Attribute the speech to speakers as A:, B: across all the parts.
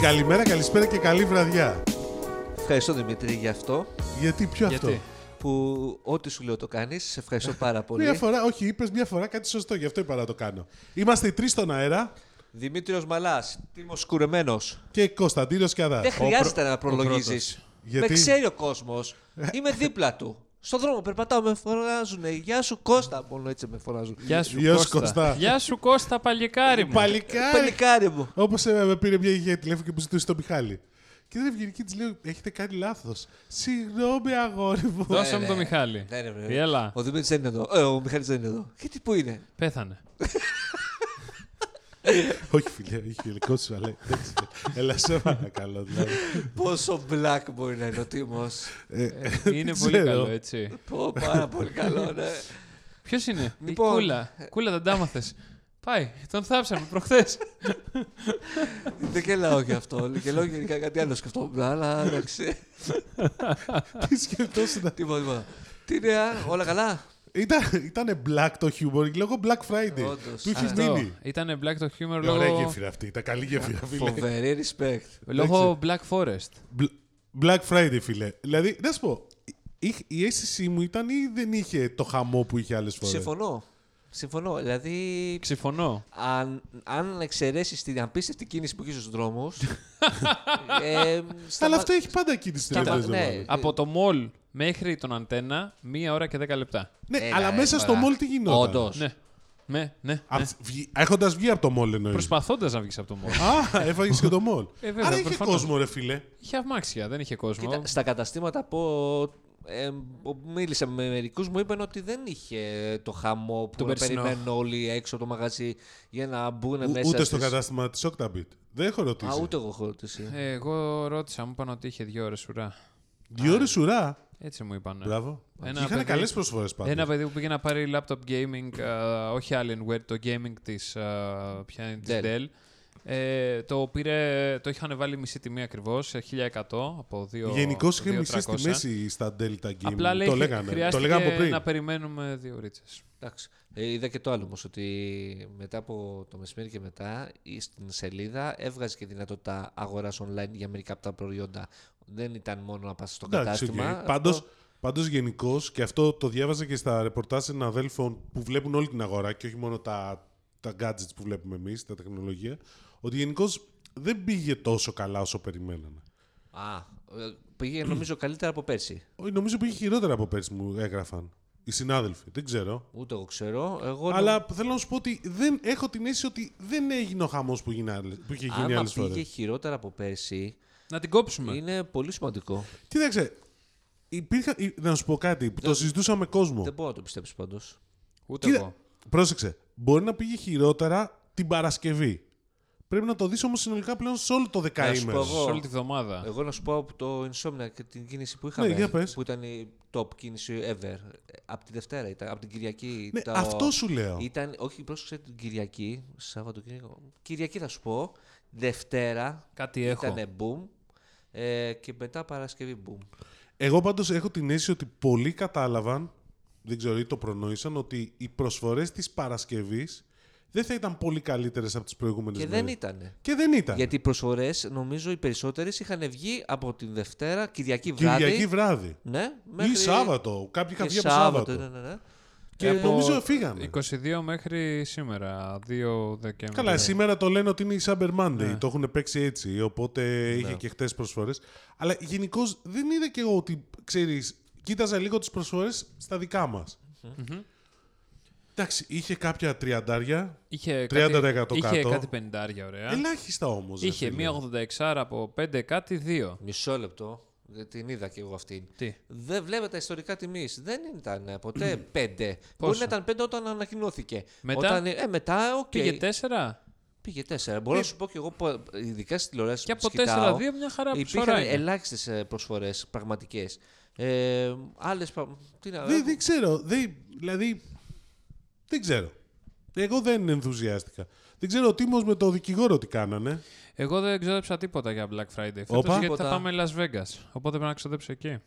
A: Καλημέρα, καλησπέρα και καλή βραδιά.
B: Ευχαριστώ Δημήτρη για αυτό
A: Γιατί, ποιο αυτό.
C: Γιατί? Ε,
B: που ό,τι σου λέω το κάνεις. Σε ευχαριστώ πάρα
A: Μια
B: πολύ.
A: φορά, όχι, είπες μια φορά κάτι σωστό, γι' αυτό είπα να το κάνω. Είμαστε τρεις στον αέρα
B: Δημήτριος Μαλάς, Τίμος
C: Ε,
B: Κουρεμένος.
A: και Κωνσταντίνος Κιαδάς.
B: Δεν χρειάζεται να προλογίζεις.
A: Γιατί?
B: Με ξέρει ο κόσμος.
C: Ε.
B: Είμαι δίπλα του. Στον δρόμο περπατάω, με φωνάζουν. Γεια σου Κώστα, μόνο έτσι με φωνάζουν.
C: Γεια σου,
A: Γεια σου,
C: Κώστα.
A: Κώστα.
C: Γεια σου, Κώστα, παλικάρι μου.
A: Παλικάρι.
B: Παλικάρι Ε, μου.
A: Όπως ε, με πήρε μια γη τηλέφωνο και μου ζητούσε τον Μιχάλη. Και δεν ευγενική της λέω: Έχετε κάνει λάθος. Συγγνώμη, αγόρι μου.
C: Δώσε μου τον Μιχάλη.
B: Ναι, ρε, ρε.
C: Έλα,
B: Ο Δημήτρης δεν είναι εδώ. Ε, ο Μιχάλης δεν είναι εδώ. Και τι που είναι.
C: πέθανε.
A: όχι, φίλε, όχι, φιλικό σου, αλλά εντάξει. Έλα, σε παρακαλώ. Δηλαδή.
B: Πόσο black μπορεί να είναι ο Τίμος.
A: Ε,
C: Είναι πολύ
A: ξέρω.
C: καλό, έτσι.
B: Πω, πάρα πολύ καλό, ναι.
C: Ποιος είναι,
B: Λοιπόν.
C: η Κούλα. Κούλα, δεν τα μάθες. Πάει, τον θάψαμε προχθές.
B: Δεν γελάω γι' αυτό. Γελάω γενικά κάτι άλλο σκεφτόμουν. Αλλά εντάξει.
A: Τι σκεφτόσουν.
B: Τίποτα, τίποτα. Τι νέα, όλα καλά.
A: Ήταν, ήτανε black το χιούμορ λόγω Black Friday.
B: Όντως.
A: Του έχει μείνει.
C: Ήταν Black το Humor
A: Ε, Ωραία
C: λόγω,
A: γέφυρα αυτή. Ήταν καλή γέφυρα, φίλε.
B: Φοβερή respect.
C: λόγω Black Forest.
A: Μπλ- Black Friday, φίλε. Δηλαδή, να σου πω, είχ- η αίσθησή μου ήταν ή δεν είχε το χαμό που είχε άλλες φορές.
B: Συμφωνώ. Συμφωνώ. Δηλαδή,
C: Ξυφωνώ.
B: αν, αν εξαιρέσεις την απίστευτη κίνηση που είχε στους δρόμους. ε, σταμα-
A: Αλλά αυτό έχει πάντα κίνηση στην
B: Σταμα-
A: Ελλάδα.
B: ναι.
A: Ναι,
C: Από το μολ μέχρι τον αντένα, μία ώρα και δέκα λεπτά.
A: ναι
B: Έλα,
A: αλλά
B: ρε,
A: μέσα στο
B: μωρά.
A: μόλ τι γινόταν.
B: Όντως.
C: Ναι, ναι, ναι.
A: Έχοντας βγει από το μόλ εννοείς.
C: Προσπαθώντας να βγεις από το μολ.
A: Α, έφαγες και το μόλ.
C: Ε, βέβαια,
A: Άρα είχε
C: προφανώς.
A: κόσμο, ρε φίλε.
C: Είχε αυμάξια, δεν είχε κόσμο.
B: Κοίτα, στα καταστήματα που ε, που μίλησα με μερικούς, μου είπαν ότι δεν είχε το χαμό που
C: Τον
B: να
C: περσινό.
B: περιμένουν όλοι έξω από το μαγαζί για να μπουν
A: Ο-
B: μέσα.
A: Ούτε στο
B: στις-
A: κατάστημα της Octabit. Δεν έχω
B: Α,
A: ρωτήσει.
B: ούτε εγώ έχω ρωτήσει.
C: Ε, Εγώ ρώτησα, μου είπαν ότι είχε δύο ώρες ουρά.
A: Δύο ώρες ουρά.
C: Έτσι μου είπαν.
A: Μπράβο.
C: Ναι. Ένα
A: Είχαν
C: παιδί-
A: καλές προσφορές
C: Ένα
A: πάντα.
C: παιδί που πήγε να πάρει laptop gaming, α, όχι Alienware, το gaming της, α, ποια είναι, της
B: Dell.
C: Dell. Ε, το, πήρε, το είχαν βάλει μισή τιμή ακριβώς, σε 1100 από 2
A: Γενικώ είχε μισή στη μέση στα Delta Game.
C: Απλά λέει,
A: το λέγανε. Το
C: χρειάστηκε
A: λέγανε από πριν.
C: να περιμένουμε δύο ρίτσες.
B: Εντάξει. Ε, είδα και το άλλο όμως ότι μετά από το μεσημέρι και μετά ή στην σελίδα έβγαζε και δυνατότητα αγοράς online για μερικά από τα προϊόντα. Δεν ήταν μόνο να πας στο κατάστημα. αυτό-
A: Πάντως πάντως γενικώς, και αυτό το διάβαζα και στα ρεπορτάζ συναδέλφων που βλέπουν όλη την αγορά και όχι μόνο τα, τα gadgets που βλέπουμε εμείς, τα τεχνολογία, ότι γενικώς δεν πήγε τόσο καλά όσο περιμέναμε.
B: Α, ε, πήγε νομίζω καλύτερα από πέρσι.
A: Όχι, Νομίζω πήγε χειρότερα από πέρσι μου έγραφαν οι συνάδελφοι. Δεν ξέρω.
B: Ούτε εγώ ξέρω. Εγώ
A: Αλλά θέλω να σου πω ότι δεν έχω την αίσθηση ότι δεν έγινε ο χαμός που, γίνει άλλες- Ναι. που είχε
B: νο-
A: γίνει
B: άμα
A: άλλες
B: πήγε
A: φορές.
B: χειρότερα από πέρσι,
C: Να την κόψουμε.
B: είναι πολύ σημαντικό.
A: Κοίταξε. Υπήρχαν. ή- Να σου πω κάτι που το συζητούσαμε κόσμο.
B: Δεν μπορώ να το πιστέψω πάντως.
C: Ούτε
A: Κοίτα,
C: εγώ.
A: πρόσεξε. Μπορεί να πήγε χειρότερα την Παρασκευή. Πρέπει να το δεις όμως συνολικά πλέον σε όλο το δεκαήμερο.
B: πω εγώ.
C: Σε όλη τη βδομάδα.
A: Ε,
B: Εγώ να σου πω από το Insomnia και την κίνηση που είχαμε.
A: Ναι, για πες.
B: που ήταν η top κίνηση ever. Από τη Δευτέρα ήταν, από την Κυριακή.
A: Ναι,
B: το-
A: αυτό σου λέω.
B: Ήταν, όχι, πρόσεξε την Κυριακή, Σαββατοκύριακο. Κυριακή θα σου πω. Δευτέρα
C: Κάτι έχω.
B: ήταν boom. Ε, και μετά Παρασκευή boom.
A: Εγώ πάντως έχω την αίσθηση ότι πολλοί κατάλαβαν, δεν ξέρω ή το προνόησαν, ότι οι προσφορές της Παρασκευής δεν θα ήταν πολύ καλύτερες από τις προηγούμενες
B: Και
A: μέρες.
B: δεν ήτανε.
A: Και δεν ήταν.
B: Γιατί οι προσφορές, νομίζω, οι περισσότερες είχαν βγει από την Δευτέρα, Κυριακή βράδυ.
A: Κυριακή βράδυ.
B: Ναι,
A: Ή Σάββατο. Κάποιοι είχαν
B: Και
A: βγει από Σάββατο.
B: Ναι, ναι, ναι.
A: Και
C: Από
A: νομίζω φύγανε.
C: 22 μέχρι σήμερα, 2 Δεκέμβρη.
A: Καλά, σήμερα το λένε ότι είναι η Cyber Monday.
C: Ναι.
A: Το έχουν παίξει έτσι. Οπότε είχε και χτες προσφορές. Αλλά γενικώς δεν είδα και εγώ ότι ξέρεις. Κοίταζα λίγο τις προσφορές στα δικά μας. Εντάξει, είχε κάποια τριαντάρια.
C: Είχε
A: 30%
C: κάτι, είχε
A: κάτω. Ε, ναι.
C: κάτι πενηντάρια ωραία.
A: Ελάχιστα όμως.
C: Ε? Είχε μία 86 από 5 κάτι 2.
B: Μισό λεπτό. ε, Την είδα και εγώ αυτήν.
C: Τι.
B: Δεν βλέπετε ιστορικά τιμής. Δεν ήταν ε, ποτέ πέντε. Μπορεί να ήταν πέντε όταν ανακοινώθηκε.
C: Μετά?
B: Όταν, ε, μετά, οκ.
C: Πήγε 4
B: Πήγε τέσσερα. Μπορώ να σου πω και εγώ, πο- ειδικά στις τηλεοράσεις
C: Ε, και από 4-2
B: κοιτάω,
C: μια χαρά
B: υπήρχαν
C: ψωρά είναι.
B: ελάχιστε προσφορές πραγματικές. Ε, Άλλες. Τι να.
A: Δεν, δεν ξέρω. Δεν, δηλαδή. Δεν ξέρω. Εγώ δεν ενθουσιάστηκα. Δεν ξέρω ο Τίμος με το δικηγόρο τι κάνανε.
C: Εγώ δεν ξόδεψα τίποτα για Black Friday.
A: Όπα.
C: Φέτος γιατί
B: Τίποτα.
C: θα πάμε Las Vegas. Οπότε πρέπει να ξοδέψω εκεί. Ε.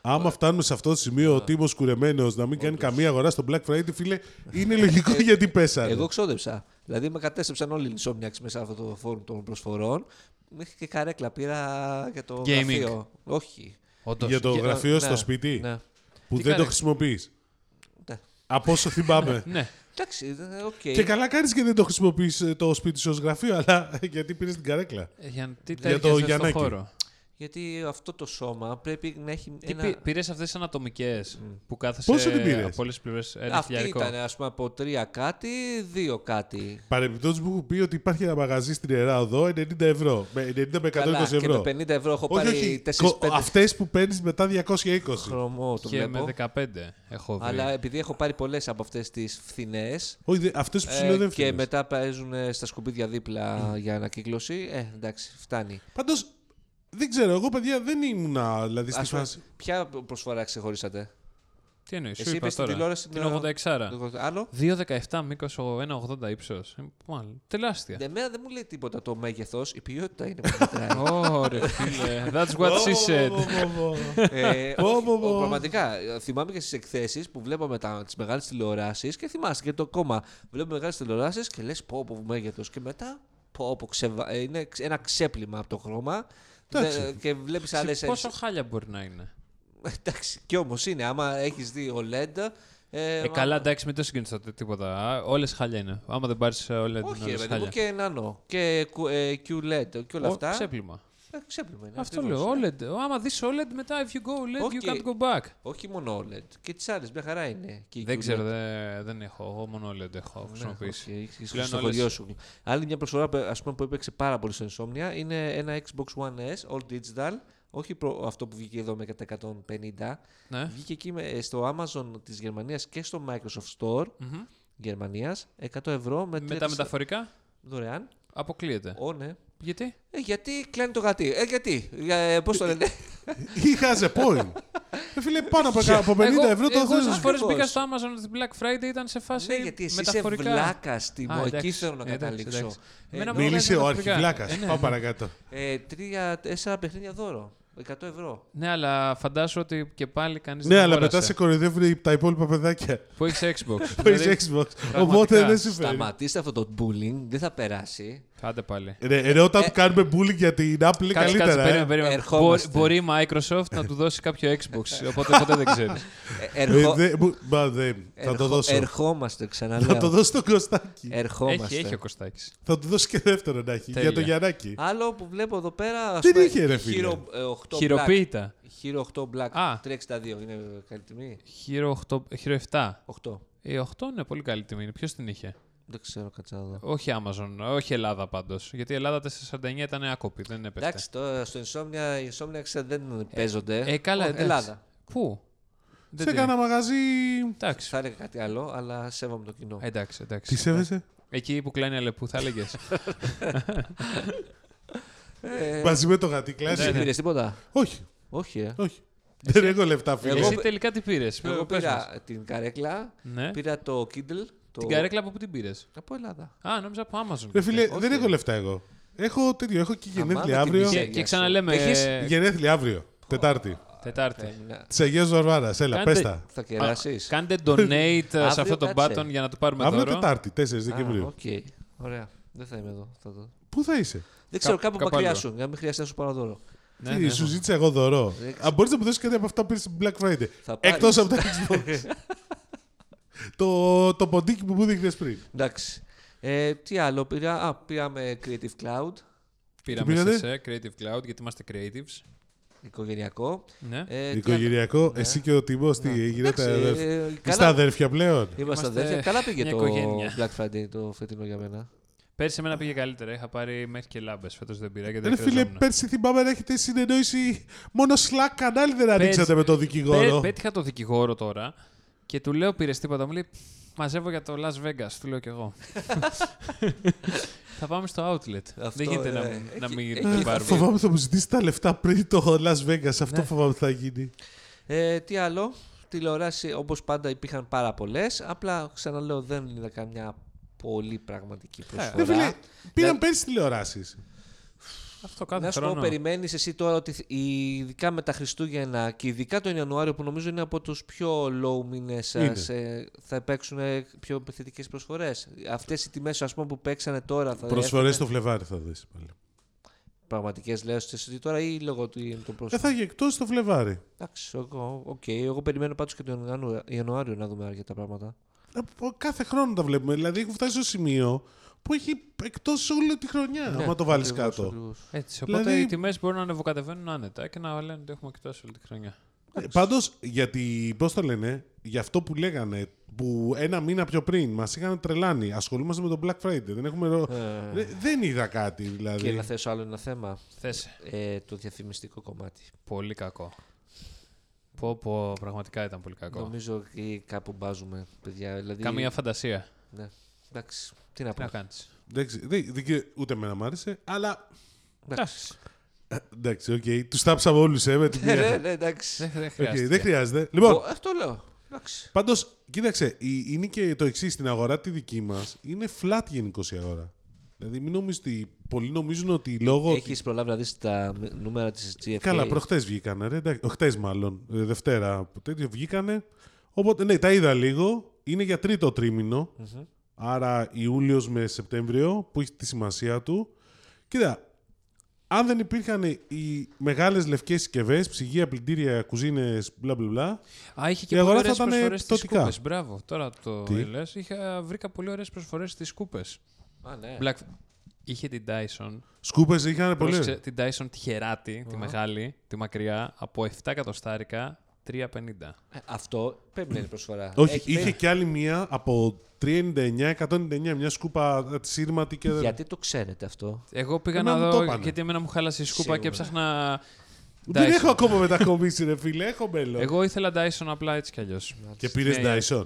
A: Άμα φτάνουμε σε αυτό το σημείο, ο Τίμος κουρεμένος να μην κάνει καμία αγορά στο Black Friday, φίλε, είναι
C: Ε,
A: λογικό γιατί πέσανε.
B: Εγώ ξόδεψα. Δηλαδή με κατέστρεψαν όλοι οι Insomniacs μέσα σε αυτό το φόρουμ των προσφορών. Μέχρι και καρέκλα πήρα για το
C: Gaming.
B: γραφείο. Όχι.
C: Όντως.
A: Για το
B: Για-
A: γραφείο
B: ναι,
A: στο σπίτι
B: Ναι.
A: που
C: Τι
A: δεν το
C: κάνεις?
A: χρησιμοποιείς.
B: Ναι.
A: Από όσο θυμάμαι.
C: Ναι.
B: Εντάξει, ε, οκ.
A: Και καλά κάνεις και δεν το χρησιμοποιείς το σπίτι σου ως γραφείο, αλλά γιατί πήρες την καρέκλα.
C: Ε, Για, τι
A: Για το
C: τέριαζες στο
A: Γιαννάκη.
C: χώρο.
B: Γιατί αυτό το σώμα πρέπει να έχει
C: Τι
B: ένα...
C: πήρες αυτές τις ανατομικές που κάθεσαι
A: Πόσο την πήρες?
C: από όλες τις πλευρές. Ένα
B: Αυτή
C: χιλιάρικο.
B: ήταν, ε, ας πούμε, από τρία κάτι, δύο κάτι.
A: Παρεμπιπτόντως μου έχουν πει ότι υπάρχει ένα μαγαζί στην Ιερά Οδό 90 ευρώ. Με 90 με 120
B: Καλά, και
A: ευρώ.
B: με 50 ευρώ έχω πάρει 4-5
A: αυτές που παίρνεις μετά 220.
B: χρωμό, το
C: Και
B: βλέπω.
C: με 15 έχω βρει.
B: Αλλά επειδή έχω πάρει πολλές από αυτές τις φθηνές
A: Όχι, αυτές που σου
B: ε,
A: λέω δεν
B: και
A: φταίνε.
B: μετά παίζουν ε, στα σκουπίδια δίπλα για ανακύκλωση, ε, εντάξει, φτάνει.
A: Πάντως δεν ξέρω, εγώ παιδιά δεν ήμουνα δηλαδή στη
B: Ας πούμε,
A: φάση.
B: ποια προσφορά ξεχωρίσατε.
C: Τι εννοείς,
B: Εσύ
C: σου
B: είπες
C: είπα
B: στην
C: τώρα.
B: τηλεόραση
C: Την
B: την
C: 86.
B: Άλλο.
C: 2,17 μήκο, 1,80 ύψο. Τελάστια.
B: Εμένα δεν μου λέει τίποτα το μέγεθος, η ποιότητα είναι που μετράει.
C: Ωρε φίλε. That's what she said.
B: ε,
A: Πω,
B: όχι,
A: πω, πω.
B: ο- πραγματικά, ε, θυμάμαι και στις εκθέσεις που βλέπαμε τα, τις μεγάλες τηλεοράσεις και θυμάσαι και το κόμμα. Βλέπουμε μεγάλες τηλεοράσεις και λες πω πω μέγεθος και μετά πω πω ξεβα... ε, είναι ξε- ένα ξέπλυμα από το χρώμα
A: Εντάξει.
B: Δε- και βλέπεις
C: Σε
B: άλλες...
C: Πόσο χάλια μπορεί να είναι.
B: Εντάξει, κι όμως είναι, άμα έχεις δει OLED... Ε,
C: Ε, καλά, εντάξει, μην το συγκρίνεις τίποτα. Όλες χάλια είναι. Άμα δεν ε, πάρει όλε
B: Όχι,
C: είναι
B: ρε
C: όλες
B: παιδί μου,
C: χάλια.
B: και Nano και Q- ε, QLED και όλα
C: Ο-
B: αυτά.
C: Ξέπλυμα.
B: Ε, ξέπλυμα είναι. ε.
C: Αυτό
B: ακριβώς.
C: λέω. OLED. Ο, Άμα δεις OLED, μετά if you go OLED,
B: Όχι.
C: you can't go back.
B: Όχι μόνο OLED, και τις άλλες, μια χαρά είναι. Και η
C: Δεν
B: QLED.
C: ξέρω, δε- δεν έχω. Εγώ μόνο OLED έχω
B: Ναι,
C: χρησιμοποιήσει. Πλέον
B: Πλέον
C: όλες-
B: όλες... σου. Άλλη μια προσφορά που, ας πούμε, που έπαιξε πάρα πολύ στο Insomnia είναι ένα Xbox One S All Digital. Όχι προ- αυτό που βγήκε εδώ με κατά 150.
C: Ναι.
B: Βγήκε εκεί με- ε, στο Amazon της Γερμανίας και στο Microsoft Store
C: Μμμ.
B: Γερμανίας 100 ευρώ με
C: Με τα Ε.
B: τρία-
C: μεταφορικά
B: δωρεάν.
C: αποκλείεται.
B: Ω, ναι.
C: Γιατί?
B: Ε, γιατί κλαίνει το γατί. Ε, γιατί. Ε, πώς το λένε.
A: He has a point. Ε, Φίλε, πάνω από- από 50 ευρώ το
C: Εγώ
A: θέλω.
C: όσες φορές
B: Ακριβώς.
C: μπήκα στο Amazon την Black Friday ήταν σε φάση.
B: ναι, γιατί εσύ είσαι
C: ε, μεταφορικά.
B: βλάκας, Τίμω.
C: Α,
B: Εκεί
C: εντάξει.
B: θέλω να
C: Ε, εντάξει,
B: καταλήξω.
C: εντάξει. Εμένα μου
A: Μίλησε
C: όλα
A: ο
C: είναι μεταφορικά.
A: αρχιβλάκα.
C: Ε, ναι,
A: Πάω
C: ναι.
A: παρακάτω.
B: Ε, τρία, τέσσερα παιχνίδια δώρο. 100 ευρώ.
C: Ναι, αλλά φαντάσου ότι και πάλι κανείς
A: Ναι, αλλά μετά σε κοροϊδεύουν τα υπόλοιπα παιδάκια
C: Που έχεις Xbox.
A: που
C: δηλαδή.
A: έχει Xbox. Οπότε δεν σου φέρνει.
B: Σταματήστε αυτό το bullying, δεν θα περάσει.
C: Άντε πάλι.
A: Ρε, Ενώ όταν του κάνουμε bullying για την Apple είναι
C: Ε, Κάτσε, κάτσε,
A: καλύτερα.
C: περίμενε,
A: ε.
C: περίμενε. Μπορεί,
B: Ερχόμαστε.
C: μπορεί η Microsoft να του δώσει κάποιο Xbox, οπότε ποτέ δεν ξέρεις.
B: Ε, ερχο-
A: Ε, δε- μου- μα, δε- Θα το
B: ερχο-
A: δώσω.
B: Ερχόμαστε, ξαναλέω.
A: Θα το δώσω στο
C: Ε,
A: Κωστάκι.
B: Ερχόμαστε.
C: έχει, έχει ο Κωστάκης.
A: Θα του δώσει και δεύτερο να έχει. Για
C: Τέλεια.
A: το Γιαννάκι.
B: Άλλο που βλέπω εδώ πέρα. ας
A: Δεν
B: πούμε,
A: είχε, ρε, φίλε.
B: Hero, ε, 8 Black.
C: Χειροποίητα.
B: Hero 8 Black.
C: Α.
B: 362 είναι καλή τιμή.
C: Χείρο 8, χείρο 7.
B: 8.
C: Η 8 είναι πολύ καλή τιμή. Ποιος την είχε.
B: Δεν ξέρω, κάτσα να δω.
C: Όχι Amazon, όχι Ελλάδα πάντως. Γιατί η Ελλάδα 449 ήταν άκοπη, δεν έπεφτε.
B: Εντάξει, τώρα στο Insomnia, οι Insomnia ξέρω, δεν παίζονται.
C: Ε, καλά,
B: Ο,
C: εντάξει.
B: Ελλάδα.
C: Πού? Δεν
A: Σε
C: την-
A: κάνα μαγαζί.
C: Εντάξει.
B: Θα έλεγα κάτι άλλο, αλλά σέβομαι το κοινό.
C: Εντάξει, εντάξει.
A: Τι σέβεσαι.
C: Εκεί που κλαίνει αλεπού, θα έλεγες. ε,
A: Μαζί με το
C: ναι,
A: γατί
B: Εσύ
A: κλάση.
B: Ε, πήρες τίποτα.
A: Όχι,
B: Όχι, ε.
A: όχι. Δεν έχω λεφτά, φίλε.
B: Εγώ-
C: Εσύ τελικά τι πήρες.
B: Εγώ πήρα την καρέκλα,
C: Ναι.
B: πήρα το Kindle. Το...
C: Την καρέκλα από πού την πήρες.
B: Από Ελλάδα.
C: Α, νόμιζα από Amazon.
A: Ρε φίλε,
B: όχι.
A: δεν έχω λεφτά εγώ. Έχω τέτοιο, έχω και γενέθλια
B: Αμάν,
A: αύριο.
B: τι
C: Και, και ξαναλέμε.
B: Έχεις-
C: ε,
A: Γενέθλια αύριο, Τετάρτη.
B: Ε,
C: Τετάρτη.
B: να-
A: Τη Αγία Βαρβάρα, έλα,
C: Κάντε-
A: πες τα.
B: Θα κεράσεις.
C: Α, Κάντε donate ε, σε
B: Αύριο
C: αυτό το
B: κάτσε.
C: button για να το πάρουμε
A: Αύριο
C: δώρο.
A: Τετάρτη, 4
B: Α,
A: Δεκεμβρίου.
B: Οκ. Ωραία. Δεν θα είμαι εδώ. Θα το...
A: Πού θα είσαι.
B: Δεν ξέρω,
C: κάπου
B: κάπου μακριά
C: αλλού.
B: σου. Για να μην χρειαστεί να σου πάρω δώρο.
C: Ναι,
A: Τι,
C: ναι.
A: Σου ζήτησα εγώ δώρο.
B: Δεν
A: Αν μπορείς να μου δώσεις κάτι από αυτά που πήρες στην Black Friday.
B: Θα πάρεις.
A: Εκτός από τα Xbox. το, το ποντίκι που μου δείχνε πριν.
B: Εντάξει. Ε, τι άλλο πήρα. Α, πήραμε Creative Cloud.
C: Πήραμε
A: πήρατε?
C: σε Creative Cloud γιατί είμαστε creatives.
B: Οικογενειακό.
C: Ναι.
B: Ε, τι άλλο.
A: Οικογενειακό, εσύ και ο Τιμός, τι έγινε.
B: Εντάξει,
A: τα αδέρφια.
B: ε,
A: Είστε
B: καλά.
A: αδέρφια πλέον.
B: Είμαστε
C: Είμαστε
B: αδέρφια. Καλά πήγε
C: μια
B: το
C: οικογένεια.
B: Black Friday το φετινό για μένα.
C: Πέρσι εμένα πήγε καλύτερα. Είχα πάρει μέχρι και λάμπες. Φέτος δεν πήρα
B: Ε,
C: και δεν
A: Ρε φίλε,
C: χρειαζόμουν.
A: πέρσι θυμάμαι να έχετε συνεννόηση. Μόνο Slack κανάλι δεν ανοίξατε με τον δικηγόρο.
C: Πέ- Πέτυχα το δικηγόρο τώρα και του λέω πήρες τίποτα. Μου λέει μαζεύω για το Las Vegas. Του λέω κι εγώ. Θα πάμε στο outlet.
B: Αυτό,
C: δεν γίνεται να,
B: ε,
C: μην-
B: εκεί-
C: να μην
B: εκεί
C: την
B: θα
C: πάρουμε.
B: φοβ-
A: Φοβάμαι θα μου ζητήσει τα λεφτά πριν το Las Vegas.
B: Ναι.
A: Αυτό φοβάμαι θα γίνει.
B: Ε, τι άλλο. Τηλεοράσει όπως πάντα υπήρχαν πάρα πολλές. Απλά ξαναλέω δεν είδα καμιά πολύ πραγματική
A: Ρε φίλε,
B: προσφορά.
A: πήραν
B: Ναι.
A: πέρσι τηλεοράσεις.
B: Ε,
C: Αυτό κάθε
B: Να σου πω,
C: χρόνο.
B: περιμένεις εσύ τώρα ότι θ- ειδικά με τα Χριστούγεννα και ειδικά τον Ιανουάριο, που νομίζω είναι από τους πιο low μήνες,
A: Είναι.
B: θα παίξουν ε, πιο επιθετικές προσφορές. Αυτές οι τιμές, ας πούμε, που παίξανε τώρα. Θα
A: Προσφορές
B: έρθουνε-
A: το Φλεβάρι θα δεις πάλι.
B: πραγματικές λέξει ότι τώρα ή λόγω του είναι το
A: Ε,
B: πρόσφατο.
A: θα έχει εκτός το Φλεβάρι.
B: Εντάξει, εγώ, οκ. εγώ περιμένω πάντως και τον Ιανου- Ιανουάριο να δούμε αρκετά πράγματα.
A: Από Ε, κάθε χρόνο τα βλέπουμε. Δηλαδή, έχουν φτάσει στο σημείο που έχει εκτός όλη τη χρονιά. άμα το βάλεις
B: Ναι, ακριβώς,
A: κάτω.
B: ακριβώς.
C: Έτσι, οπότε
A: Δηλαδή-
C: οι τιμές μπορούν να ανεβοκατεβαίνουν άνετα και να λένε ότι έχουμε κοιτάξει όλη τη χρονιά.
A: Πάντω, Ε, γιατί, πώς το λένε, για αυτό που λέγανε, που ένα μήνα πιο πριν μας είχαν τρελάνει, ασχολούμαστε με τον Black Friday. Δεν, έχουμε... ρο-
B: Ε.
A: Δε- δεν είδα κάτι, δηλαδή.
B: Και να θέσω άλλο ένα θέμα.
C: Θέσε.
B: Ε, το διαφημιστικό κομμάτι.
C: Πολύ κακό. Πω, πω, πραγματικά ήταν πολύ κακό.
B: Νομίζω ότι κάπου μπάζουμε, παιδιά. Δηλαδή,
C: Καμία φαντασία.
B: Ναι. Εντάξει, τι να
C: Τι να
B: πω.
C: κάνεις.
A: Εντάξει, δεν- δεν- ούτε εμένα μ' άρεσε, αλλά.
B: Εντάξει.
A: ε, Εντάξει, οκ. Τους τάψαμε όλους, ε, με την
B: Ε,
A: μία.
B: ναι, ναι, εντάξει.
C: Δεν, δεν
A: Οκ,
C: χρειάζεται.
A: δεν χρειάζεται. Λοιπόν,
B: Ω, Αυτό λέω. Εντάξει.
A: πάντως, κοίταξε, η- είναι και το εξής στην αγορά τη δική μας. Είναι flat γενικώ η αγορά. Δηλαδή, μην νομίζετε, ότι- πολλοί νομίζουν ότι λόγω. ότι-
B: Έχεις προλάβει να δεις τα νούμερα της GFK.
A: Καλά, προχτές βγήκανε. Ρε, εντάξει, χτες μάλλον, ε, Δευτέρα, που τέτοιο βγήκανε. Οπότε, ναι, τα είδα λίγο. Είναι για τρίτο τρίμηνο, Άρα Ιούλιος με Σεπτέμβριο, που έχει τη σημασία του. Κοίτα, αν δεν υπήρχαν οι μεγάλες λευκές συσκευές, ψυγεία, πλυντήρια, κουζίνες, μπλα μπλα μπλα.
C: Α, είχε
A: Η
C: και πολύ
A: αγορά
C: ωραίε
A: θα ήταν
C: προσφορές στις
A: πτωτικά.
C: κούπες. Μπράβο, τώρα το
A: Τι?
C: λες. Βρήκα πολύ ωραίες προσφορές στις κούπες.
B: Α, ναι.
C: Black... Είχε την Dyson.
A: Σκούπες είχαν
C: Πρόσεξε,
A: πολλές.
C: την Dyson τη χερατη τη μεγάλη, τη μακριά, από 7 εκατοστάρικα, 3,50.
B: Ε, Αυτό πρέπει να είναι προσφορά.
A: Όχι,
B: Έχει
A: είχε
B: παίρνει.
A: και άλλη μία από 399, 199, μια σκούπα ε, τη σύρματη και...
B: Γιατί το ξέρετε αυτό.
C: Εγώ πήγα
A: Εμένα
C: να
A: μου το
C: δω,
A: έπανε.
C: γιατί εμένα μου χάλασε η σκούπα
B: Σίγουρα.
C: και έψαχνα
A: Δεν
C: Dyson.
A: έχω ακόμα μετακομίσει, ρε φίλε, έχω μέλλον.
C: Εγώ ήθελα Dyson απλά έτσι κι αλλιώς.
A: Και πήρες
C: Ναι,
A: Dyson.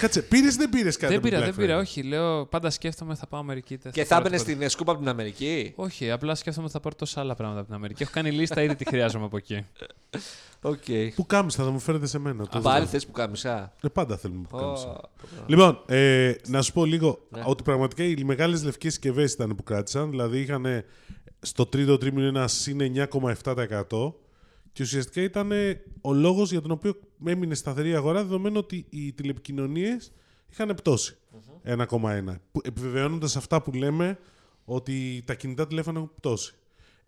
A: Κάτσε, πήρες δεν πήρες κάτι.
C: Δεν
A: από την
C: πήρα, δεν
A: Black
C: πήρα,
A: Friday.
C: όχι. Λέω πάντα σκέφτομαι θα πάω Αμερική. δεν
B: Και θα
C: πάρω
B: έμπαινε
C: τίποτα.
B: στην σκούπα από την Αμερική.
C: Όχι, απλά σκέφτομαι ότι θα πάρω τόσα άλλα πράγματα από την Αμερική. Έχω κάνει λίστα ήδη, τη χρειάζομαι από εκεί.
B: Οκ.
A: Που κάμισα, θα μου φέρετε σε μένα. το
B: Πάλι
A: δω.
B: θες που κάμισα.
A: Ε, πάντα θέλουμε που κάμισα.
B: Ω,
A: Λοιπόν, ε, να σου πω λίγο ότι πραγματικά οι μεγάλες λευκές συσκευές ήταν που κράτησαν. Δηλαδή είχαν στο τρίτο τρίμηνο ένα συν 9,7% και ουσιαστικά ήταν ε, ο λόγος για τον οποίο έμεινε σταθερή η αγορά, δεδομένου ότι οι τηλεπικοινωνίες είχαν πτώσει 1,1. Επιβεβαιώνοντας αυτά που λέμε ότι τα κινητά τηλέφωνα έχουν πτώσει.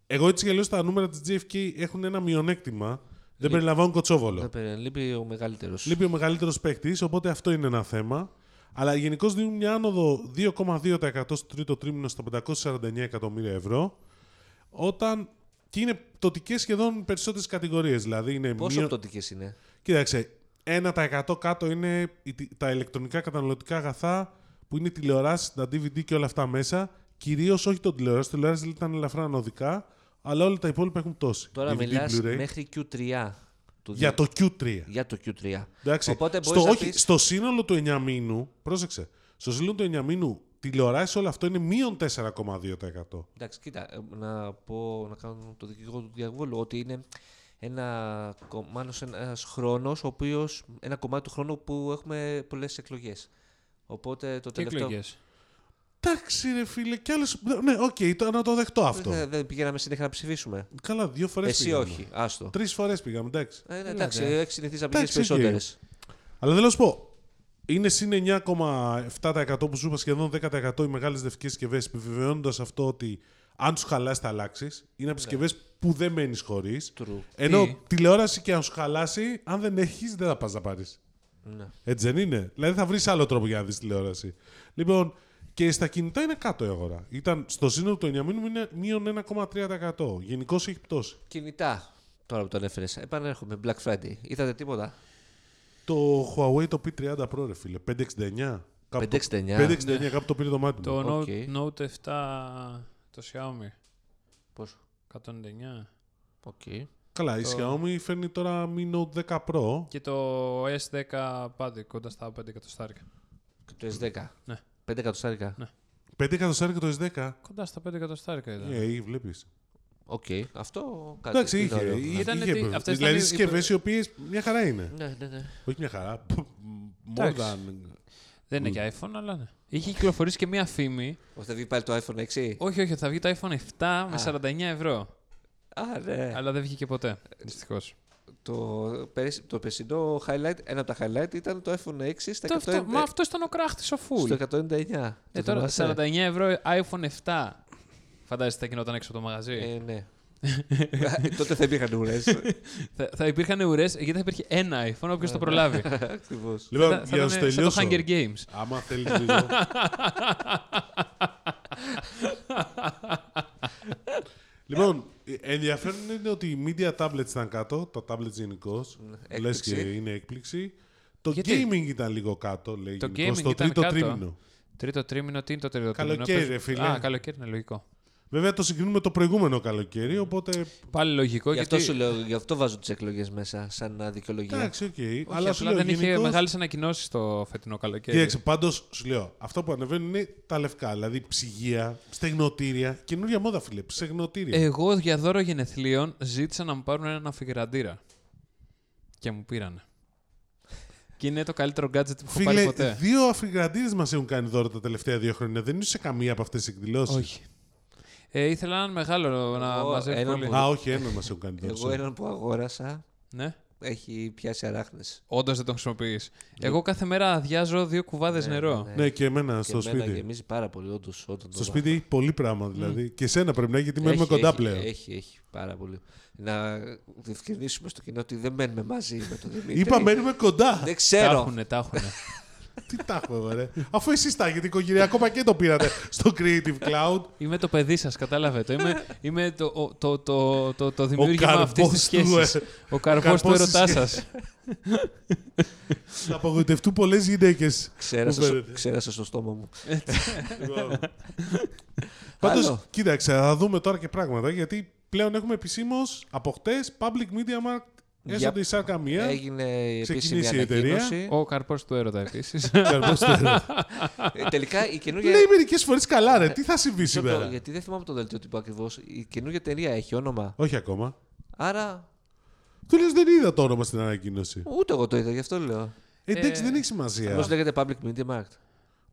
A: Εγώ έτσι κι αλλιώς τα νούμερα της GFK έχουν ένα μειονέκτημα. Δεν περιλαμβάνουν κοτσόβολο.
B: δεν περίμενα. Λείπει ο μεγαλύτερος.
A: Λείπει ο μεγαλύτερος παίκτη, οπότε αυτό είναι ένα θέμα. Αλλά γενικώς δίνουν μια άνοδο 2,2% στο τρίτο τρίμηνο στα 549 εκατομμύρια ευρώ. Όταν και είναι πτωτικές σχεδόν περισσότερες κατηγορίες. Δηλαδή είναι
B: Πόσο
A: μείον-
B: πτωτικές είναι.
A: Κοίταξε, 1% κάτω είναι η τι- τα ηλεκτρονικά καταναλωτικά αγαθά που είναι οι τηλεοράσεις, τα DVD και όλα αυτά μέσα. Κυρίως όχι το τηλεόραση, το τηλεόραση ήταν ελαφρά ανωδικά, αλλά όλα τα υπόλοιπα έχουν πτώσει.
B: Τώρα
A: DVD,
B: μιλάς
A: Blu-ray,
B: μέχρι Q3. του
A: για
B: δι-
A: το Q3.
B: για το Q3.
A: Εντάξει.
B: Οπότε μπορεί
A: στο,
B: να
A: όχι,
B: πεις-
A: στο σύνολο του 9 μήνου, πρόσεξε, στο σύνολο του 9 μήνου τηλεοράσει όλο αυτό είναι μείον 4,2%.
B: Εντάξει, κοίτα, ε, να πω, να κάνω το δικηγόρο του διαβόλου, ότι είναι ένα, κο- μάλλον ένας χρόνος, ο οποίος, ένα κομμάτι του χρόνου που έχουμε πολλές εκλογές. Οπότε το
C: Τι
B: τελευταίο...
C: εκλογές.
A: Εντάξει, ρε φίλε, κι άλλες. Ναι, οκ, το- να το δεχτώ αυτό.
B: Δεν, δεν πηγαίναμε συνέχεια να ψηφίσουμε.
A: Καλά, δύο φορές
B: Ε, Εσύ
A: πήγαμε.
B: όχι, άστο.
A: Τρεις φορές πήγαμε, εντάξει.
B: Ε, ναι, εντάξει,
C: Έλατε.
B: έχει συνηθίσει να πηγαίνεις
A: Εντάξει, οκ.
B: περισσότερες.
A: Αλλά θέλω να σου πω, είναι συν 9,7% που σου είπα σχεδόν 10% οι μεγάλες δευτικέ συσκευές, επιβεβαιώνοντας αυτό ότι αν σου χαλάσει θα αλλάξεις. Είναι από συσκευές που δεν μένεις χωρίς.
B: Ναι. True.
A: Ενώ
C: Τι?
A: τηλεόραση και αν σου χαλάσει, αν δεν έχεις, δεν θα πας να πάρεις.
B: Ναι.
A: Έτσι δεν είναι. Δηλαδή θα βρεις άλλο τρόπο για να δεις τηλεόραση. Λοιπόν, και στα κινητά είναι κάτω η αγορά. Ήταν στο σύνολο του 9 μήνου είναι μείον 1,3%. Γενικώς έχει πτώσει.
B: Κινητά, τώρα που το ανέφερες, επανέρχομαι, Black Friday. Είδατε τίποτα.
A: Το Huawei το P30 Pro, ρε φίλε, 569. Κάπου το-
B: 569.
A: 569, κάπου το πήρε το μάτι μου.
C: Το
B: Οκ.
C: Note- Note 7 το Xiaomi.
B: Πόσο.
C: 109.
B: Οκ.
A: Καλά, η Xiaomi φέρνει τώρα Mi Note 10 Pro.
C: Και το S10 πάντη κοντά στα 5 εκατοστάρικα.
B: Και Το S10.
C: Ναι.
B: 5 εκατοστάρικα.
A: 5 εκατοστάρια και το S10.
C: Κοντά στα 5 εκατοστάρικα ήταν.
A: Ε, βλέπεις.
B: Οκ. Αυτό κάτι.
A: Εντάξει,
B: είναι
A: είχε.
B: ωραίο.
A: είχε-
C: Ήταν
A: είχε
C: τι-
A: επε-
C: αυτές
A: δηλαδή,
C: ήταν οι-
A: συσκευέ οι οποίες μια χαρά είναι.
B: Ναι, ναι, ναι.
A: Όχι μια χαρά. More
C: Εντάξει.
A: than.
C: Δεν είναι και iPhone, αλλά ναι. Είχε κυκλοφορήσει και μία φήμη.
B: Ότι θα βγει πάλι το iPhone 6.
C: Όχι, όχι, θα βγει το iPhone 7 με 49 ευρώ.
B: Α, ναι.
C: Αλλά δεν βγήκε ποτέ. Δυστυχώς.
B: Ε, Το, πέρυσι- το περσινό highlight, ένα από τα highlight ήταν το iPhone 6 στα 190
C: Μα αυτό ήταν ο κράχτης ο Φουλ.
B: στο 199.
C: Ε, τώρα
B: θυμάσαι?
C: 49 ευρώ iPhone 7. Φαντάζεσαι τι θα γινόταν έξω από το μαγαζί.
B: Ε, ναι. Τότε θα υπήρχαν ουρές.
C: Θα, θα υπήρχαν ουρές γιατί θα υπήρχε ένα iPhone, όποιος
B: Ε.
C: το προλάβει.
B: Ακριβώς.
A: Λοιπόν,
C: θα, θα
A: για να σου
C: ήταν σαν το
A: τελειώσω.
C: Hunger Games.
A: Άμα θέλεις λίγο. λοιπόν, ε, ενδιαφέρον είναι ότι οι media tablets ήταν κάτω, τα tablets γενικώ. Λε και
B: έκπληξη.
A: είναι έκπληξη. Το
C: Ναι, Γιατί?
A: gaming ήταν λίγο κάτω, λέει.
C: Το
A: γενικώς,
C: gaming
A: στο
C: ήταν
A: τρίτο
C: κάτω.
A: τρίμηνο.
C: Τρίτο τρίμηνο, τι είναι το τρίτο τρίμηνο.
A: Καλοκαίρι,
C: Πες-
A: ρε φίλε.
C: Α, καλοκαίρι είναι λογικό.
A: Βέβαια το συγκρίνουμε με το προηγούμενο καλοκαίρι, οπότε.
C: Πάλι λογικό
B: Γι'
C: γιατί.
B: αυτό, σου λέω, γι αυτό βάζω τις εκλογές μέσα, σαν δικαιολογία.
A: Εντάξει, οκ. Αλλά
C: Αλλά
A: σου λέω
C: δεν είχε
A: γενικώς-
C: μεγάλες ανακοινώσεις το φετινό καλοκαίρι.
A: Κοίταξε, πάντως σου λέω, αυτό που ανεβαίνουν είναι τα λευκά. Δηλαδή ψυγεία, στεγνοτήρια. Καινούρια μόδα, φίλε. Στεγνοτήρια.
C: Εγώ για δώρο γενεθλίων ζήτησα να μου πάρουν έναν αφιγραντήρα. Και μου πήρανε. Και είναι το καλύτερο gadget που έχω πάρει
A: Φίλε,
C: ποτέ.
A: δύο αφιγραντήρε μας έχουν κάνει δώρο τα τελευταία δύο χρόνια. Δεν είσαι σε καμία από αυτές τις εκδηλώσεις.
C: Όχι. Ε, ήθελα έναν μεγάλο να
B: Εγώ
C: μαζεύει
B: έναν
C: πολύ.
B: που-
A: Α, όχι, ένα μας έχουν κάνει δώρο.
B: Εγώ
A: sorry.
B: έναν που αγόρασα
C: Ναι.
B: έχει πιάσει αράχνες.
C: Όντως δεν τον χρησιμοποιείς.
B: Ε,
C: Εγώ κάθε μέρα αδειάζω δύο κουβάδες νερό.
A: Ναι, και εμένα στο
B: και εμένα
A: σπίτι.
B: γεμίζει πάρα πολύ, όντως. Όταν το
A: Στο
B: βάζω.
A: σπίτι έχει πολύ πράγμα δηλαδή. Και εσένα πρέπει να έχει, γιατί
B: Έχει,
A: μένουμε κοντά
B: έχει,
A: πλέον.
B: Έχει, έχει, πάρα πολύ. Να διευκρινίσουμε στο κοινό ότι δεν μένουμε μαζί με τον Δημήτρη.
A: Είπα, μένουμε κοντά.
B: Δεν
C: Τα
B: ξέρω.
C: έχουνε, τα έχουνε.
A: Τι τα έχουμε, ρε. Αφού εσείς τα έχετε, οικογενειακό πακέτο πήρατε στο Creative Cloud.
C: Είμαι το παιδί σας, κατάλαβετε. Είμαι, είμαι το, ο- το, το, το, το δημιούργημα
A: καρπός
C: αυτής της
A: του, ε,
C: σχέση. Ο καρπός
A: καρπός
C: του
A: της
C: ερωτά σα.
A: σχέσης. Θα απογοητευτούν πολλές γυναίκες.
B: Ξέρασα,
A: Μου
B: στο-
A: φαίνεται. Ε,
B: ξέρασα στο στόμα μου.
A: Πάντως,
B: Άλλο.
A: κοίταξε, θα δούμε τώρα και πράγματα γιατί πλέον έχουμε επισήμως από χτες Public Media Markt. Έσονται η σάρκα μία.
B: Έγινε η επίσημη
A: Ξεκινήσει η εταιρεία.
B: ανακοίνωση.
C: Ο καρπός του έρωτα επίσης.
A: Καρπός του έρωτα.
B: Ε, Τελικά η καινούργια.
A: Λέει μερικέ φορές καλά, ρε. Τι θα συμβεί
B: Μισό λεπτό,
A: σήμερα.
B: γιατί δεν θυμάμαι το δελτίο τύπου ακριβώς. Η καινούργια εταιρεία έχει όνομα.
A: Όχι ακόμα.
B: Άρα
A: Του λες δεν είδα το όνομα στην ανακοίνωση.
B: ούτε εγώ το είδα, γι' αυτό λέω.
A: Εντάξει,
C: Ε,
A: δεν έχει
B: Πώ
A: σημασία.
B: λέγεται Public Media Markt.